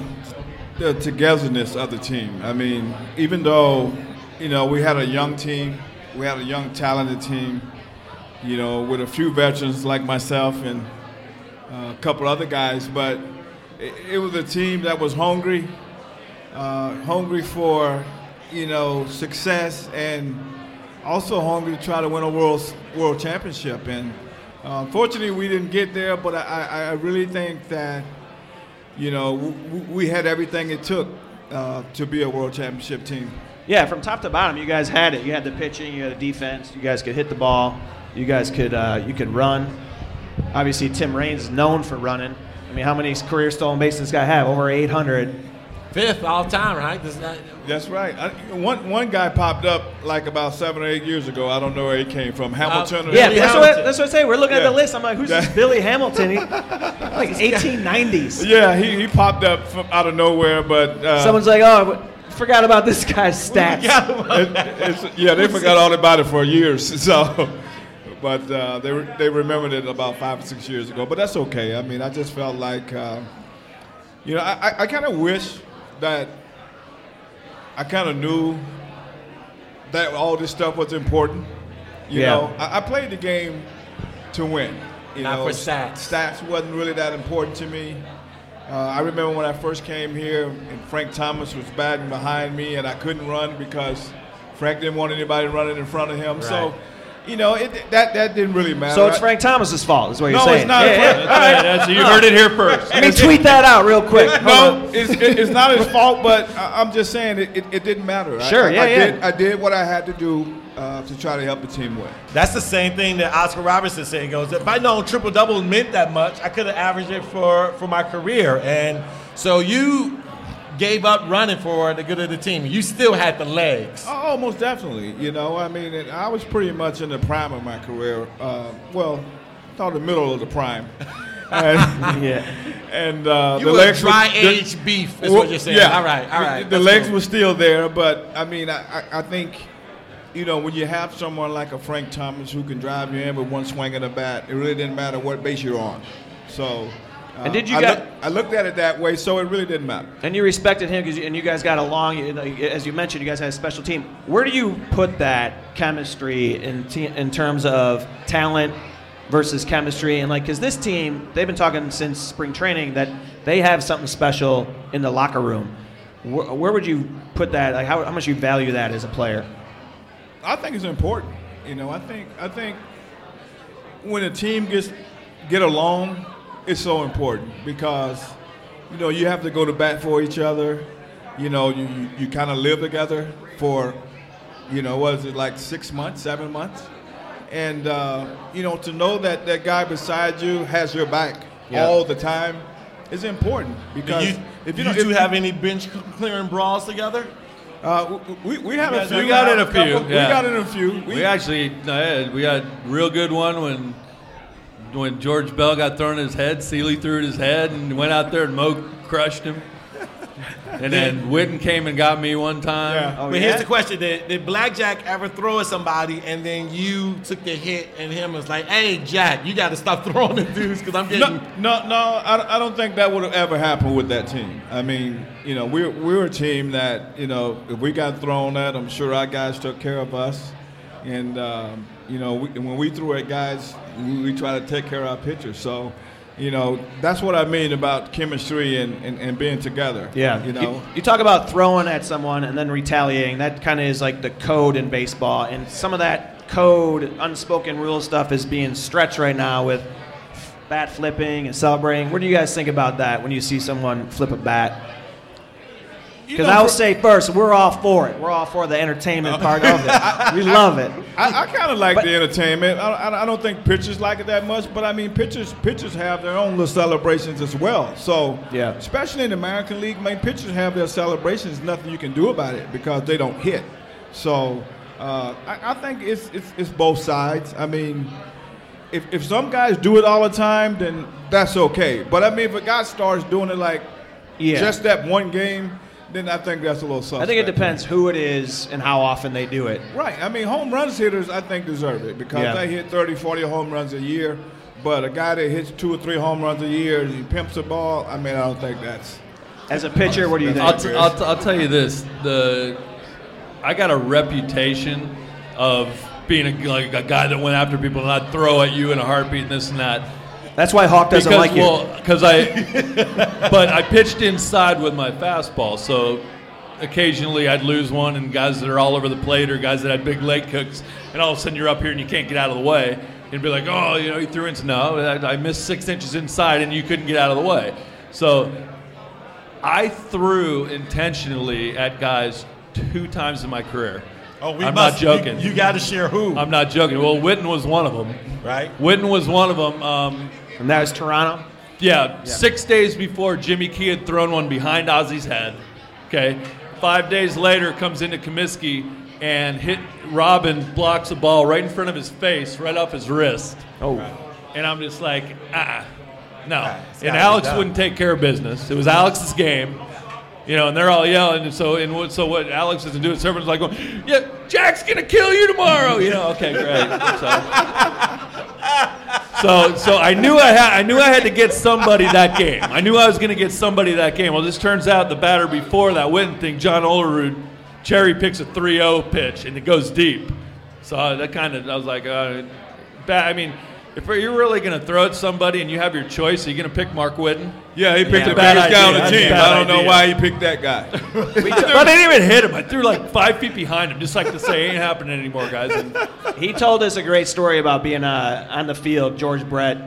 S8: the togetherness of the team. I mean, even though you know we had a young team, we had a young talented team. You know, with a few veterans like myself and uh, a couple other guys, but it, it was a team that was hungry, uh, hungry for you know success and also hungry to try to win a world world championship. And uh, unfortunately, we didn't get there. But I, I- I really think that you know we, we had everything it took uh, to be a world championship team.
S4: Yeah, from top to bottom, you guys had it. You had the pitching, you had the defense. You guys could hit the ball. You guys could uh, you could run. Obviously, Tim Raines is known for running. I mean, how many career stolen bases this guy have? Over 800.
S9: Fifth all time, right? This is not-
S8: That's right. I, one one guy popped up like about seven or eight years ago. I don't know where he came from. Hamilton. or
S4: Yeah,
S8: Billy
S4: that's
S8: Hamilton.
S4: what, that's what I say. We're looking at
S8: Yeah.
S4: the list. I'm like, who's this
S8: Yeah.
S4: Billy Hamilton? He, like 1890s.
S8: Yeah, he, he popped up from out of nowhere, but uh,
S4: Someone's like, oh, I w- forgot about this guy's stats.
S8: it, it's, yeah, they forgot all about it for years. So, but uh, they re- they remembered it about five or six years ago. But that's okay. I mean, I just felt like, uh, you know, I, I- I kind of wish that I kind of knew that all this stuff was important. You
S4: Yeah.
S8: know, I, I played the game to win. You
S9: Not
S8: know,
S9: for stats.
S8: Stats wasn't really that important to me. Uh, I remember when I first came here, and Frank Thomas was batting behind me, and I couldn't run because Frank didn't want anybody running in front of him. So, you know, it, that that didn't really matter.
S4: So it's
S8: I-
S4: Frank Thomas's fault, is what you're
S8: No,
S4: saying.
S8: it's not.
S4: Yeah, yeah.
S8: Frank.
S7: All right, that's, you heard it here first.
S4: Let me tweet that out real quick. Hold on.
S8: No, it's, it- it's not his fault, but I- I'm just saying it, it, it didn't matter. I-
S4: Sure,
S8: I,
S4: yeah,
S8: I
S4: yeah.
S8: Did, I did what I had to do uh, to try to help the team win.
S6: That's the same thing that Oscar Robertson said. He goes, if I known triple double meant that much, I could have averaged it for, for my career. And
S9: So you gave up running for the good of the team. You still had the legs.
S8: Oh, most definitely. You know, I mean, it, I was pretty much in the prime of my career. Uh, well, thought the middle of the prime. And,
S4: Yeah.
S8: and uh,
S9: You
S8: the
S9: were
S8: legs
S9: dry
S8: the-
S9: aged beef, is
S8: Well,
S9: what you're saying. All right, all right.
S8: The
S9: That's
S8: legs
S9: cool.
S8: were still there, but I mean, I, I, I think, you know, when you have someone like a Frank Thomas who can drive you in with one swing of the bat, it really didn't matter what base you're on. So, uh,
S4: And did you
S8: I,
S4: got-
S8: look- I looked at it that way, so it really didn't matter.
S4: And you respected him, 'cause you, and you guys got along. You know, as you mentioned, you guys had a special team. Where do you put that chemistry in te- in terms of talent versus chemistry? And like, because this team, they've been talking since spring training that they have something special in the locker room. Where, where would you put that? Like, how, how much you value that as a player?
S8: I think it's important. You know, I think I think when a team gets get along, it's so important because you know you have to go to bat for each other. You know, you you, you kind of live together for you know what is it like six months, seven months, and uh, you know to know that that guy beside you has your back
S4: Yeah.
S8: all the time is important because
S6: you,
S8: if
S6: you,
S8: you don't
S6: two
S8: if-
S6: have any bench clearing brawls together?
S8: uh, w- w- we, we had a
S6: guys-
S8: few
S6: we got
S7: in a few,
S8: couple- we
S7: yeah.
S8: got in a few
S7: We, actually, uh, we got a real good one when when George Bell got thrown in his head. Seeley threw it his head and went out there and Mo crushed him. And then Witten came and got me one time.
S6: but
S4: Oh, yeah?
S6: here's
S4: here's
S6: the
S4: the
S6: question: did, Blackjack ever throw at somebody, and then you took the hit, and him was like, "Hey, Jack, you got to stop throwing the dudes because I'm
S8: No,
S6: getting."
S8: no, no I, don't- I don't think that would have ever happened with that team. I mean, you know, we're, we're a team that, you know, if we got thrown at, I'm sure our guys took care of us. And, um, you know, we, and when we threw at guys, we, we try to take care of our pitchers. So, you know, that's what I mean about chemistry and, and, and being together.
S4: Yeah,
S8: You know,
S4: you talk about throwing at someone and then retaliating. That kind of is like the code in baseball, and some of that code, unspoken rule stuff, is being stretched right now with bat flipping and celebrating. What do you guys think about that when you see someone flip a bat? Because I will say first, we're all for it. We're all for the entertainment part of it. We love it.
S8: I, I kind of like
S4: But-
S8: the entertainment. I, I, I don't think pitchers like it that much, but I mean, pitchers pitchers have their own little celebrations as well. So,
S4: Yeah.
S8: especially in the American League, man, pitchers have their celebrations. Nothing you can do about it because they don't hit. So, uh, I, I think it's, it's it's both sides. I mean, if, if some guys do it all the time, then that's okay. But I mean, if a guy starts doing it like
S4: Yeah.
S8: just that one game, then I think that's a little suspect.
S4: I think it depends who it is and how often they do it.
S8: Right. I mean, home runs hitters, I think, deserve it because
S4: Yeah.
S8: they hit 30, 40 home runs a year. But a guy that hits two or three home runs a year and he pimps the ball, I mean, I don't think that's.
S4: As a pitcher, what do you think?
S7: I'll, t- I'll, t- I'll tell you this: the I got a reputation of being a, like a guy that went after people and I'd throw at you in a heartbeat and this and that.
S4: That's why Hawk doesn't like you.
S7: well, because I, but I pitched inside with my fastball, so occasionally I'd lose one, and guys that are all over the plate or guys that had big leg kicks, and all of a sudden you're up here and you can't get out of the way, and be like, oh, you know, he threw into no, I, I missed six inches inside, and you couldn't get out of the way, so I threw intentionally at guys two times in my career.
S6: Oh, we
S7: I'm
S6: must.
S7: not joking.
S6: You, got to share who,
S7: I'm not joking. Well, Witten was one of them.
S6: right?
S7: Witten was one of them. Um,
S4: and that was Toronto.
S7: yeah, six days before Jimmy Key had thrown one behind Ozzy's head. Okay, five days later comes into Comiskey and hit Robin blocks a ball right in front of his face, right off his wrist.
S4: Oh,
S7: And I'm just like, ah, uh no.
S6: it's
S7: And
S6: gotta be
S7: Alex
S6: done.
S7: wouldn't take care of business. It was Alex's game. You know, and they're all yelling, and so and what, so what Alex doesn't do is everyone's like, going, "Yeah, Jack's gonna kill you tomorrow." You know, okay, great. So, so, so I knew I had I knew I had to get somebody that game. I knew I was gonna get somebody that game. Well, this turns out the batter before that Witten thing, John Olerud, cherry picks a 3-0 pitch and it goes deep. So I- that kind of I was like, uh, bad. I mean, if you're really gonna throw at somebody and you have your choice, are you gonna pick Mark Witten?
S8: Yeah, he picked
S7: Yeah,
S8: the
S7: bad
S8: biggest guy
S7: idea.
S8: on the
S7: That's a
S8: team.
S7: bad
S8: I don't know
S7: idea.
S8: why he picked that guy.
S7: I didn't even hit him. I threw like five feet behind him, just like to say, ain't happening anymore, guys. And
S4: He told us a great story about being uh, on the field, George Brett,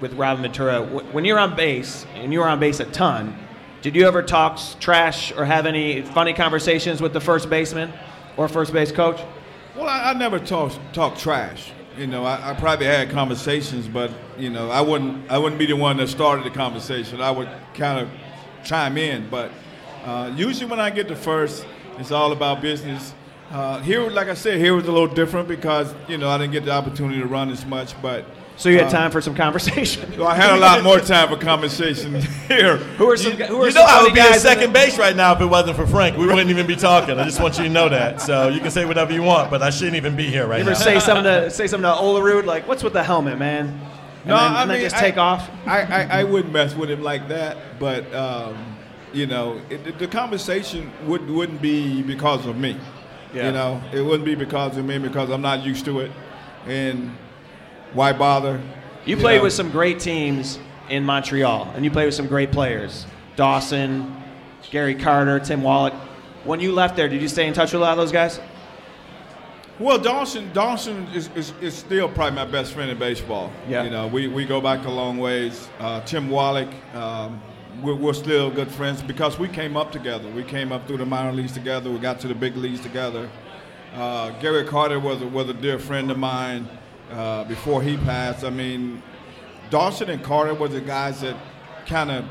S4: with Robin Ventura. Wh- When you were on base, and you were on base a ton, did you ever talk s- trash or have any funny conversations with the first baseman or first base coach?
S8: well, I, I never talk talk trash. You know, I, I probably had conversations, but you know, I wouldn't I wouldn't be the one that started the conversation. I would kind of chime in, but uh, usually when I get to first, it's all about business. Uh, here, like I said, here was a little different because you know I didn't get the opportunity to run as much, but
S4: So you had
S8: Uh,
S4: time for some conversation.
S8: So I had a lot more time for conversation here.
S4: Who are some?
S6: You,
S4: gu- Who are
S6: you know
S4: some
S6: I
S4: funny
S6: would be
S4: guys
S6: at
S4: in
S6: second
S4: the-
S6: base right now if it wasn't for Frank. We wouldn't even be talking. I just want you to know that. So you can say whatever you want, but I shouldn't even be here right
S4: You ever
S6: now.
S4: say something to say something to Olerud like, "What's with the helmet, man?" And then,
S8: No, I
S4: and then
S8: mean,
S4: just take
S8: I-
S4: off.
S8: I, I, I wouldn't mess with him like that, but um, you know, it, the- the conversation would wouldn't be because of me.
S4: Yeah.
S8: You know, it wouldn't be because of me because I'm not used to it, and why bother?
S4: You played
S8: know?
S4: with some great teams in Montreal, and you played with some great players: Dawson, Gary Carter, Tim Wallach. When you left there, did you stay in touch with a lot of those guys?
S8: Well, Dawson, Dawson is, is, is still probably my best friend in baseball.
S4: Yeah.
S8: You know, we, we go back a long ways. Uh, Tim Wallach, um, we're, we're still good friends because we came up together. We came up through the minor leagues together. We got to the big leagues together. Uh, Gary Carter was a, was a dear friend of mine uh, before he passed. I mean, Dawson and Carter were the guys that kind of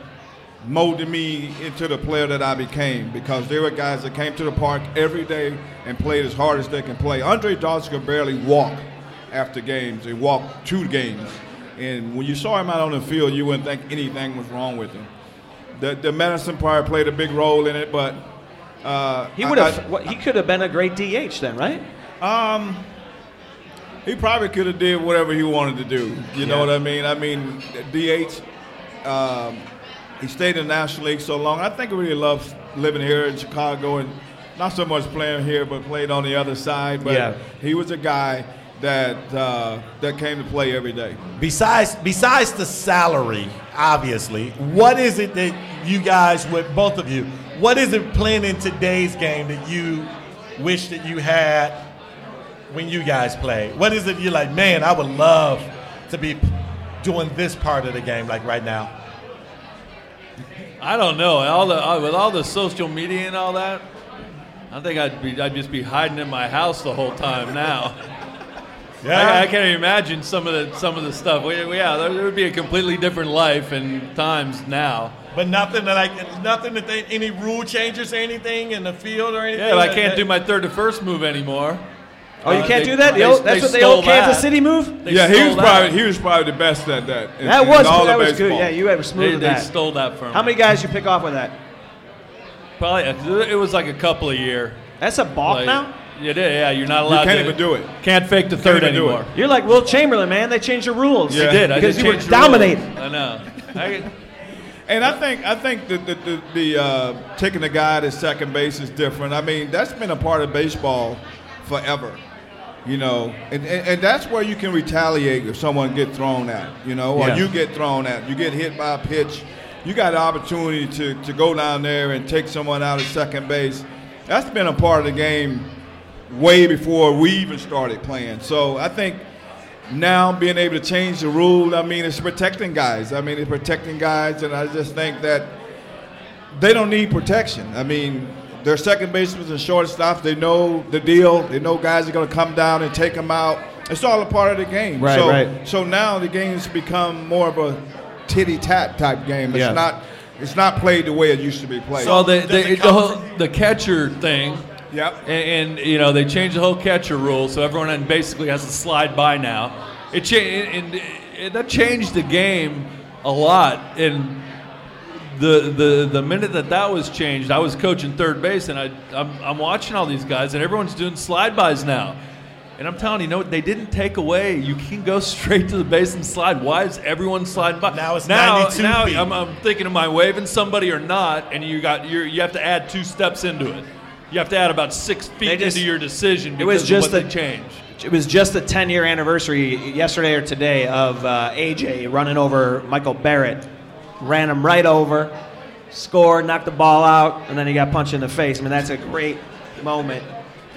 S8: molded me into the player that I became because they were guys that came to the park every day and played as hard as they can play. Andre Dawson could barely walk after games. He walked two games. And when you saw him out on the field, you wouldn't think anything was wrong with him. the, the medicine part played a big role in it, but uh,
S4: He
S8: I-
S4: would
S8: I-
S4: have. what- He could have been a great DH then, right?
S8: He probably could have did whatever he wanted to do. You know what I mean? I mean, DH. Um, he stayed in the National League so long. I think he really loves living here in Chicago and not so much playing here, but played on the other side. But
S4: Yeah.
S8: he was a guy that uh, that came to play every day.
S9: Besides, besides the salary, obviously, what is it that you guys, with both of you, what is it playing in today's game that you wish that you had when you guys played? What is it you're like, man, I would love to be doing this part of the game like right now?
S7: I don't know. All the uh, with all the social media and all that, I think I'd be I'd just be hiding in my house the whole time now. I, I can't even imagine some of the some of the stuff. We, we- yeah, there, there would be a completely different life and times now.
S9: but nothing that like nothing that they, any rule changes or anything in the field or anything.
S7: Yeah, I
S9: that-
S7: can't
S9: that-
S7: do my third to first move anymore.
S4: Oh, you
S7: Uh,
S4: can't
S7: they-
S4: do that. The
S7: they-
S4: old, that's
S7: they
S4: what the old
S7: stole that.
S4: Kansas City move.
S7: They
S8: yeah, he
S7: stole
S8: was
S7: that.
S8: probably he was probably the best at that. in-
S4: that
S8: in
S4: was
S8: all
S4: that
S8: of
S4: was good.
S8: baseball.
S4: Yeah, you had smooth
S7: They,
S4: with
S7: they
S4: that.
S7: stole that from
S4: How
S7: me.
S4: many guys you pick off with that?
S7: Probably uh, it was like a couple of year.
S4: That's a balk
S7: Like,
S4: now.
S7: You did, yeah. You're not allowed.
S8: can't
S7: to,
S8: even do it.
S7: Can't fake the third
S8: even do it.
S7: anymore.
S4: You're like Will Chamberlain, man. They changed the rules.
S8: Yeah.
S7: I did I
S4: Because
S7: did
S4: you were
S7: change the
S4: dominating.
S7: rules. I know. I,
S8: And I think I think the the, the, the uh, taking a guy to second base is different. I mean, that's been a part of baseball forever, you know. And, and, and that's where you can retaliate if someone get thrown at, you know, or
S4: Yeah.
S8: you get thrown at, you get hit by a pitch. You got an opportunity to, to go down there and take someone out at second base. That's been a part of the game way before we even started playing. So I think now being able to change the rule, I mean, it's protecting guys. I mean, it's protecting guys, and I just think that they don't need protection. I mean, their second basemen and shortstops, they know the deal. They know guys are going to come down and take them out. It's all a part of the game.
S4: Right,
S8: so,
S4: right.
S8: so now the game's become more of a titty tat type game. It's
S4: Yeah.
S8: not. It's not played the way it used to be played.
S7: well, the the, the, whole, the catcher thing.
S8: Yep.
S7: And, and you know they changed the whole catcher rule, so everyone in basically has to slide by now. It cha- and, and, and that changed the game a lot. And the the the minute that that was changed, I was coaching third base, and I I'm, I'm watching all these guys, and everyone's doing slide bys now. And I'm telling you, no, they didn't take away. You can go straight to the base and slide. Why is everyone sliding by?
S9: Now it's
S7: now,
S9: 92
S7: now
S9: feet.
S7: I'm, I'm thinking, am I waving somebody or not? And you got you you have to add two steps into it. You have to add about six feet
S4: just-
S7: into your decision because
S4: it was just
S7: of what
S4: the
S7: they changed.
S4: It was just the 10 year anniversary yesterday or today of uh, AJ running over Michael Barrett. Ran him right over, scored, knocked the ball out, and then he got punched in the face. I mean, that's a great moment.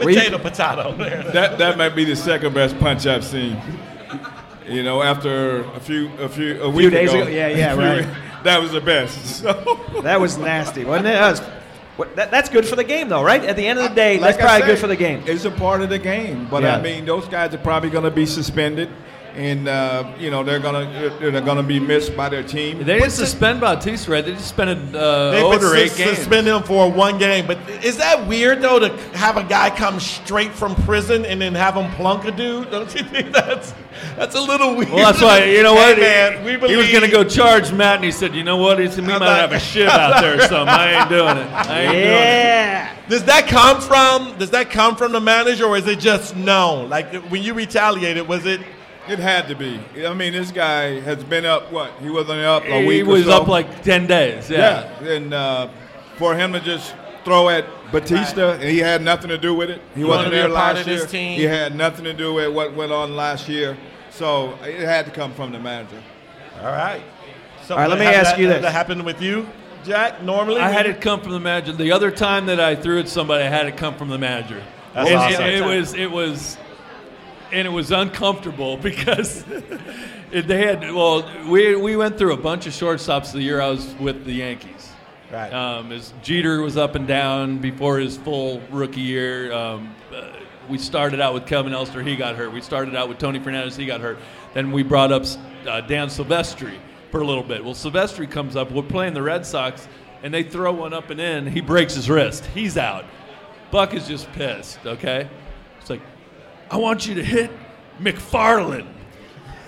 S4: Were you-
S9: potato potato.
S8: That that might be the second best punch I've seen. You know, after a few a few a, week
S4: days ago. Yeah, yeah,
S8: a few-
S4: right.
S8: That was the best. So,
S4: That was nasty, wasn't it? That was- what- that- that's good for the game, though, right? At the end of the day, that's
S8: Like I
S4: probably
S8: said,
S4: good for the game.
S8: It's a part of the game, but
S4: Yeah.
S8: I mean, those guys are probably going to be suspended, and uh, you know they're going to they're going to be missed by their team.
S7: They didn't suspend Bautista, right? They just suspended uh,
S9: They
S7: Oder
S9: could
S7: eight
S9: sus-
S7: games.
S9: suspend him for one game. But is that weird though to have a guy come straight from prison and then have him plunk a dude? Don't you think that's that's a little weird?
S7: Well, that's why you know what
S9: Hey, man, we
S7: he,
S9: believe
S7: he was going to go charge Matt, and he said, "You know what? He's, we might
S9: not-
S7: have a shiv out there or something. I ain't doing it. I ain't
S4: Yeah.
S9: Does that come from? Does that come from the manager, or is it just known? Like when you retaliated, was it?
S8: It had to be. I mean, this guy has been up. What he wasn't up
S7: doing
S8: a
S7: it."
S8: week.
S7: He
S8: or
S7: was
S8: so.
S7: up like ten days. Yeah.
S8: Yeah, and uh, for him to just throw at Batista, and he had nothing to do with it. He
S9: wanted to
S8: wasn't
S9: be a
S8: there
S9: part of
S8: last
S9: this
S8: year.
S9: team.
S8: He had nothing to do with what went on last year. So it had to come from the manager.
S9: All right. So
S4: right, let me
S9: have
S4: ask
S9: that,
S4: you
S9: have
S4: this.
S9: That happened with you, Jack. Normally,
S7: I had it come from the manager. The other time that I threw at somebody, I had it come from the manager.
S9: That's
S7: and,
S9: awesome.
S7: and it was it was and it was uncomfortable because it, they had well we we went through a bunch of shortstops the year I was with the Yankees.
S9: Right.
S7: Um, as Jeter was up and down before his full rookie year. Um, uh, we started out with Kevin Elster, he got hurt. We started out with Tony Fernandez, he got hurt. Then we brought up uh, Dan Silvestri for a little bit. Well, Silvestri comes up. We're playing the Red Sox, and they throw one up and in. He breaks his wrist. He's out. Buck is just pissed. Okay, it's like, I want you to hit McFarland.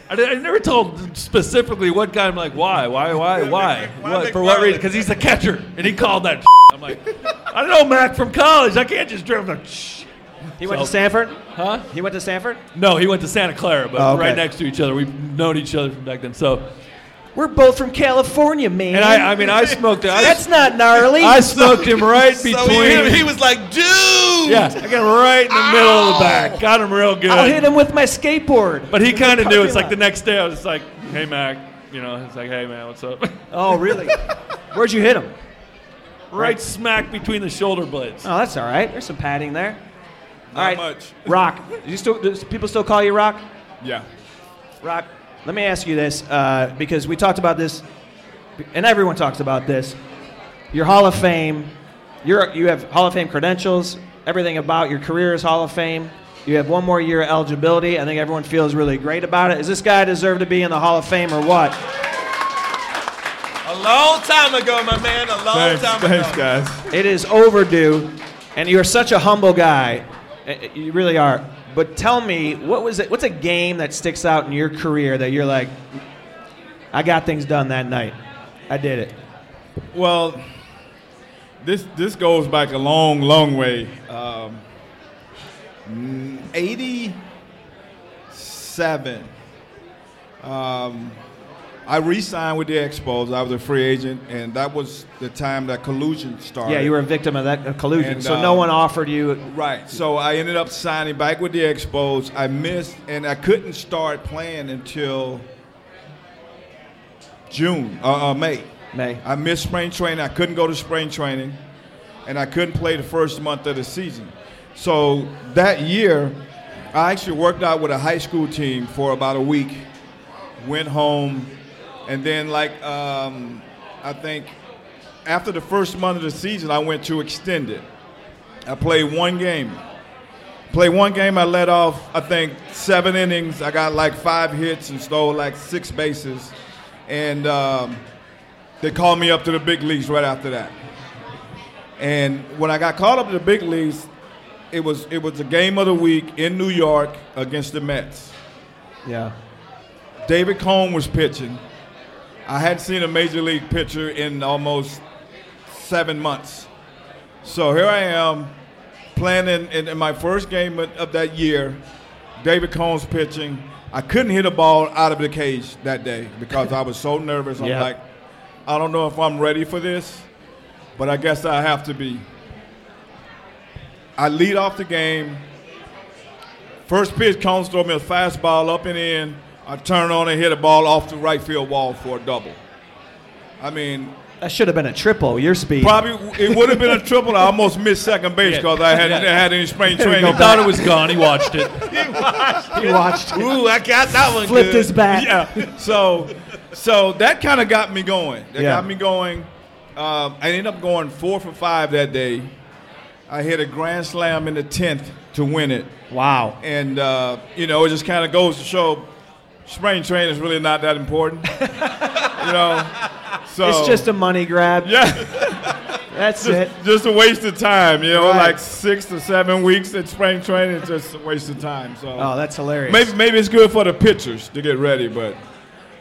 S7: I, I never told specifically what guy. I'm like, why, why, why, why? What, for what reason? Because he's a catcher, and he called that. I'm like, I don't know Mac from college. I can't just drive the.
S4: He went to Stanford?
S7: Huh?
S4: He went to Stanford?
S7: No, he went to Santa Clara, but
S4: Oh, okay.
S7: right next to each other. We've known each other from back then. So,
S4: We're both from California, man.
S7: and I, I mean, I smoked. I,
S4: That's not gnarly.
S7: I smoked him right between.
S10: So he, he was like, dude.
S7: yeah, I got him right in the middle of the back. Got him real good.
S4: will hit him with my skateboard.
S7: But he kind of knew. It's like
S4: lot.
S7: the next day, I was just like, "Hey, Mac," you know. It's like, "Hey, man, what's up?"
S4: Oh, really? Where'd you hit him?
S7: right smack between the shoulder blades.
S4: Oh, that's all right. There's some padding there. Not all right.
S8: much.
S4: Rock. You still, do people still call you Rock?
S8: Yeah.
S4: Rock, let me ask you this uh, because we talked about this, and everyone talks about this. Your Hall of Fame, you're, you have Hall of Fame credentials. Everything about your career is Hall of Fame. You have one more year of eligibility. I think everyone feels really great about it. Is this guy deserve to be in the Hall of Fame or what?
S10: A long time ago, my man. A long
S8: Thanks,
S10: time
S8: thanks,
S10: ago.
S8: guys.
S4: It is overdue, and you're such a humble guy. Eh, You really are. But tell me, what was it? What's a game that sticks out in your career that you're like, I got things done that night. I did it.
S8: Well, this this goes back a long, long way. Um, mm, Eighty-seven. Um, I re-signed with the Expos. I was a free agent, and that was the time that collusion started.
S4: Yeah, you were a victim of that of collusion.
S8: And,
S4: so
S8: uh,
S4: no one offered you.
S8: Right. So I ended up signing back with the Expos. I missed, and I couldn't start playing until June, uh, uh, May.
S4: May.
S8: I missed spring training. I couldn't go to spring training, and I couldn't play the first month of the season. So that year, I actually worked out with a high school team for about a week. Went home, and then like um, I think after the first month of the season, I went to extended. I played one game. Played one game. I let off, I think, seven innings. I got like five hits and stole like six bases, and um, they called me up to the big leagues right after that. And when I got called up to the big leagues, it was it was a game of the week in New York against the Mets.
S4: Yeah.
S8: David Cone was pitching. I hadn't seen a major league pitcher in almost seven months. So here I am playing in, in, in my first game of, of that year. David Cone's pitching. I couldn't hit a ball out of the cage that day because I was so nervous. I'm
S4: Yeah.
S8: like, I don't know if I'm ready for this, but I guess I have to be. I lead off the game. First pitch, Combs throw me a fastball up and in. I turn on and hit a ball off the right field wall for a double. I mean,
S4: That should have been a triple. Your speed.
S8: probably it would have been a triple. I almost missed second base because I hadn't had any spring training.
S7: He thought it was gone. He watched it.
S4: he watched.
S10: Ooh, I got that one.
S4: flipped
S10: good.
S4: his back.
S8: yeah. So, so that kind of got me going. That
S4: Yeah.
S8: got me going. Um, I ended up going four for five that day. I hit a grand slam in the tenth to win it,
S4: Wow.
S8: and uh, you know it just kind of goes to show spring training is really not that important. you know, so
S4: It's just a money grab.
S8: um, yeah.
S4: That's it.
S8: just a waste of time, you know,
S4: Right.
S8: like six to seven weeks at spring training, it's just a waste of time. So
S4: Oh, that's hilarious.
S8: maybe maybe it's good for the pitchers to get ready, but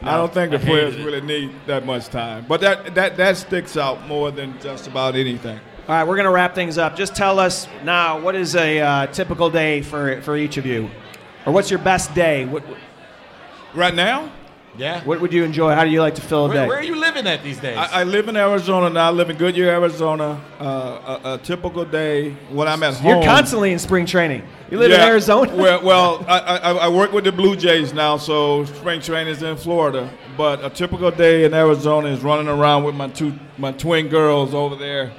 S8: I don't think the
S7: hated
S8: players
S7: it.
S8: really need that much time. But that that that sticks out more than just about anything.
S4: All right, we're gonna wrap things up. Just tell us now what is a uh, typical day for for each of you, or what's your best day? What
S8: Right now,
S4: what would you enjoy? How do you like to fill a
S10: Where,
S4: day?
S10: where are you living at these days?
S8: I, I live in Arizona now. I live in Goodyear, Arizona. Uh, a, a typical day when I'm at
S4: You're
S8: home.
S4: constantly in spring training. You live in
S8: Yeah.
S4: Arizona.
S8: Well, well I, I, I work with the Blue Jays now, so spring training is in Florida. But a typical day in Arizona is running around with my two my twin girls over there.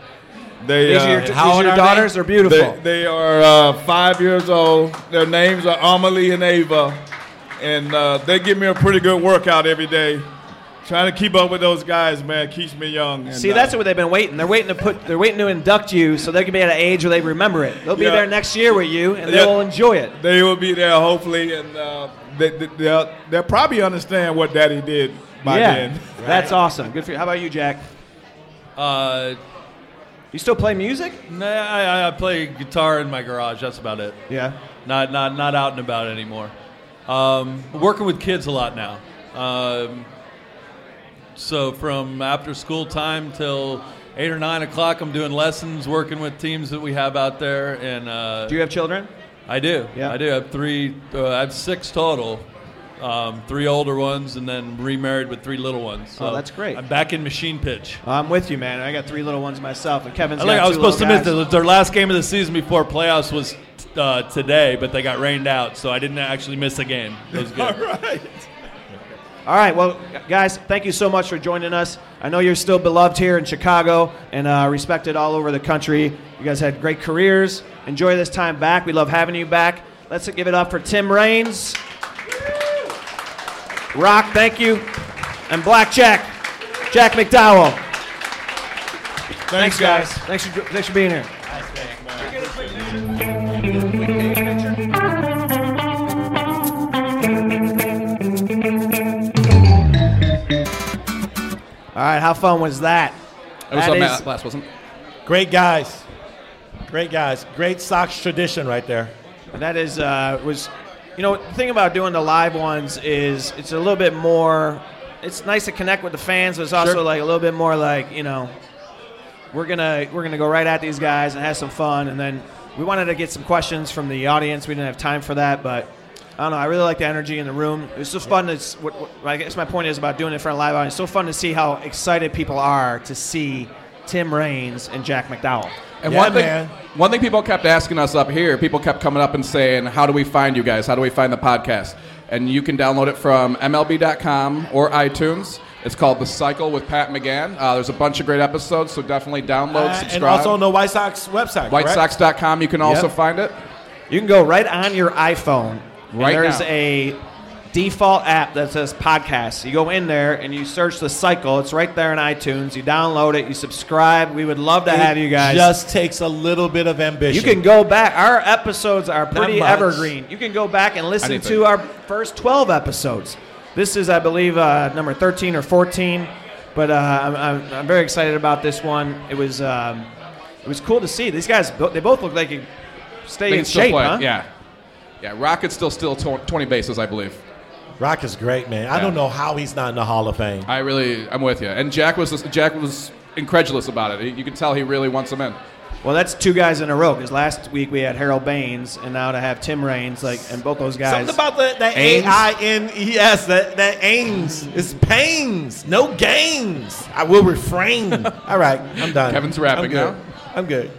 S8: They
S4: These
S8: uh,
S4: are your, these
S10: how
S4: are
S10: old
S4: your
S10: are they?
S4: daughters. They? are beautiful.
S8: they, they are uh, five years old. Their names are Amalie and Ava, and uh, they give me a pretty good workout every day. Trying to keep up with those guys, man, keeps me young. And,
S4: See,
S8: uh,
S4: that's what they've been waiting. They're waiting to put. They're waiting to induct you, so they can be at an age where they remember it. They'll be
S8: Yeah.
S4: there next year with you, and they
S8: Yeah.
S4: will enjoy it.
S8: They will be there hopefully, and uh, they, they, they'll, they'll probably understand what Daddy did by
S4: yeah,
S8: then.
S4: that's awesome. Good for you. How about you, Jack?
S7: Uh,
S4: You still play music?
S7: nah, I, I- I play guitar in my garage. That's about it.
S4: Yeah.
S7: Not not not out and about anymore. Um, working with kids a lot now. Um, so from after school time till eight or nine o'clock, I'm doing lessons, working with teams that we have out there. And uh,
S4: Do you have children?
S7: I do.
S4: Yeah.
S7: I do. I have three. Uh, I have six total. Um, three older ones, and then remarried with three little ones. So
S4: Oh, that's great.
S7: I'm back in machine pitch.
S4: I'm with you, man. I got three little ones myself, and Kevin's.
S7: I, think
S4: got
S7: I was
S4: two little
S7: supposed to miss
S4: guys.
S7: that their last game of the season before playoffs was uh, today, but they got rained out, so I didn't actually miss a game. It was good.
S4: All right, well, guys, thank you so much for joining us. I know you're still beloved here in Chicago and uh, respected all over the country. You guys had great careers. Enjoy this time back. We love having you back. Let's give it up for Tim Raines. Rock, thank you. And Black Jack, Jack McDowell. Thanks, guys. Thanks, for, thanks for being here. All right, how fun was that?
S5: That was
S4: That
S5: on my
S4: is-
S5: last, wasn't it?
S9: Great guys. Great guys. Great Sox tradition right there.
S4: And That is uh, was, you know, the thing about doing the live ones is it's a little bit more. It's nice to connect with the fans, but it's also like a little bit more like you know, we're gonna we're gonna go right at these guys and have some fun, and then we wanted to get some questions from the audience. We didn't have time for that, but. I don't know. I really like the energy in the room. It's so fun. It's what, what I guess my point is about doing it in front of a live audience. It's so fun to see how excited people are to see Tim Raines and Jack McDowell.
S5: And
S9: Yeah,
S5: one thing,
S9: man.
S5: one thing people kept asking us up here, people kept coming up and saying, "How do we find you guys? How do we find the podcast?" And you can download it from MLB.com or iTunes. It's called The Cycle with Pat McGann. Uh, there's a bunch of great episodes, so definitely download,
S9: Uh, and
S5: subscribe.
S9: also on the White Sox website. correct?
S5: WhiteSox.com. You can also
S4: Yep.
S5: find it.
S4: You can go right on your iPhone. and
S5: Right
S4: there's
S5: now.
S4: a default app that says podcast. You go in there and you search the cycle. It's right there in iTunes. You download it. You subscribe. We would love to have you guys.
S9: Just takes a little bit of ambition.
S4: you can go back. Our episodes are pretty
S9: much.
S4: evergreen. You can go back and listen
S5: Anything.
S4: to our first 12 episodes. This is, I believe, uh, number 13 or 14. But uh, I'm, I'm, I'm very excited about this one. It was um, it was cool to see these guys. bo- They both look like they stay
S5: They
S4: in
S5: can still
S4: shape,
S5: play.
S4: huh?
S5: Yeah, yeah. Rocket's still still tw- 20 bases, I believe.
S9: Rock is great, man. I
S5: Yeah.
S9: don't know how he's not in the Hall of Fame.
S5: I really, I'm with you. And Jack was Jack was incredulous about it. You can tell he really wants him in.
S4: Well, that's two guys in a row because last week we had Harold Baines, and now to have Tim Raines, like, and both those guys.
S9: Something about that, that
S4: Ames?
S9: A-I-N-E-S, E that, that Ames. It's pains, no gains. I will refrain. All right, I'm done.
S5: Kevin's rapping
S9: I'm good.
S5: now.
S9: I'm good.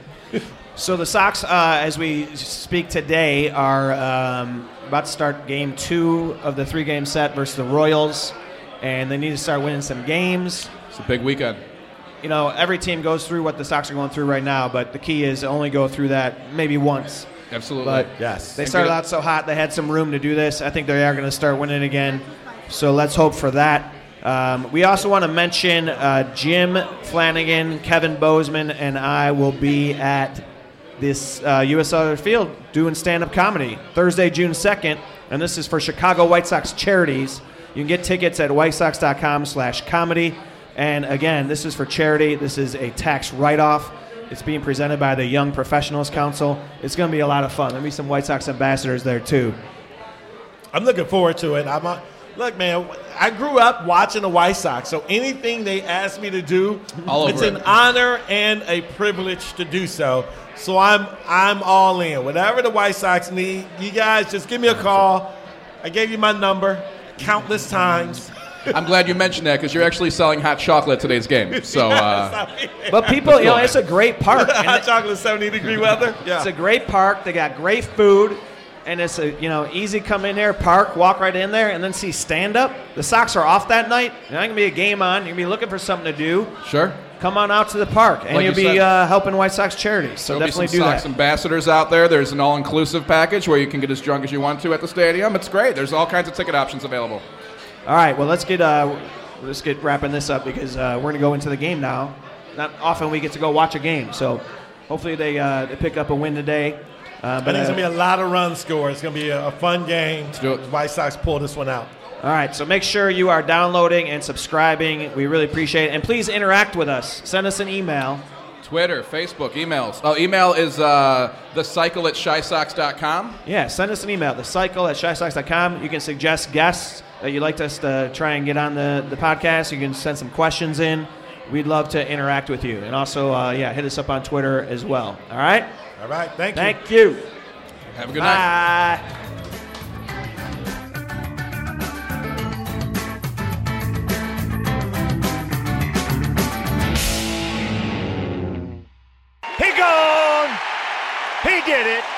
S4: so the Sox, uh, as we speak today, are um, about to start game two of the three-game set versus the Royals, and they need to start winning some games.
S5: It's a big weekend.
S4: You know, every team goes through what the Sox are going through right now, but the key is to only go through that maybe once.
S5: Absolutely.
S4: But
S9: Yes.
S4: they started out so hot. They had some room to do this. I think they are going to start winning again. So let's hope for that. Um, we also want to mention uh, Jim Flanagan, Kevin Bozeman, and I will be at this uh, U.S. Other Field doing stand-up comedy Thursday, June 2nd, and this is for Chicago White Sox charities. You can get tickets at whitesox.com slash comedy. And again, this is for charity. This is a tax write-off. It's being presented by the Young Professionals Council. It's going to be a lot of fun. There'll be some White Sox ambassadors there too.
S9: I'm looking forward to it. I'm a, look, man, I grew up watching the White Sox, so anything they ask me to do,
S5: All
S9: it's
S5: over
S9: an
S5: it.
S9: honor and a privilege to do so. So I'm I'm all in. Whatever the White Sox need, you guys just give me a call. I gave you my number countless times.
S5: I'm glad you mentioned that because you're actually selling hot chocolate today's game. So uh,
S4: But people, you know, it's a great park. And
S9: Hot chocolate, 70 degree weather. Yeah.
S4: It's a great park. They got great food, and it's a you know easy come in there, park, walk right in there, and then see stand up. The Sox are off that night. There ain't gonna be a game on. You're gonna be looking for something to do.
S5: sure,
S4: Come on out to the park, and
S5: Like
S4: you'll
S5: you
S4: be
S5: said.
S4: uh, helping White Sox charities. So
S5: there'll be some
S4: definitely do
S5: Sox
S4: that.
S5: ambassadors out there. There's an all-inclusive package where you can get as drunk as you want to at the stadium. It's great. There's all kinds of ticket options available.
S4: All right, well let's get uh, let's get wrapping this up because uh, we're gonna go into the game now. Not often we get to go watch a game, so hopefully they, uh, they pick up a win today. Uh,
S9: I
S4: but
S9: think it's
S4: uh,
S9: gonna be a lot of run score. It's gonna be a, a fun game.
S5: do it.
S9: The White Sox pull this one out.
S4: uh, All right, so make sure you are downloading and subscribing. We really appreciate it. And please interact with us. Send us an email
S5: Twitter, Facebook, emails. Oh, email is uh, thecycle at shysox.com.
S4: Yeah, send us an email, thecycle at shysox.com. You can suggest guests that you'd like us to try and get on the, the podcast. You can send some questions in. We'd love to interact with you. And also, uh, yeah, hit us up on Twitter as well. All right?
S6: All right, thank you.
S4: Thank you.
S5: Have a good night.
S4: Bye.
S2: He gone. He did it.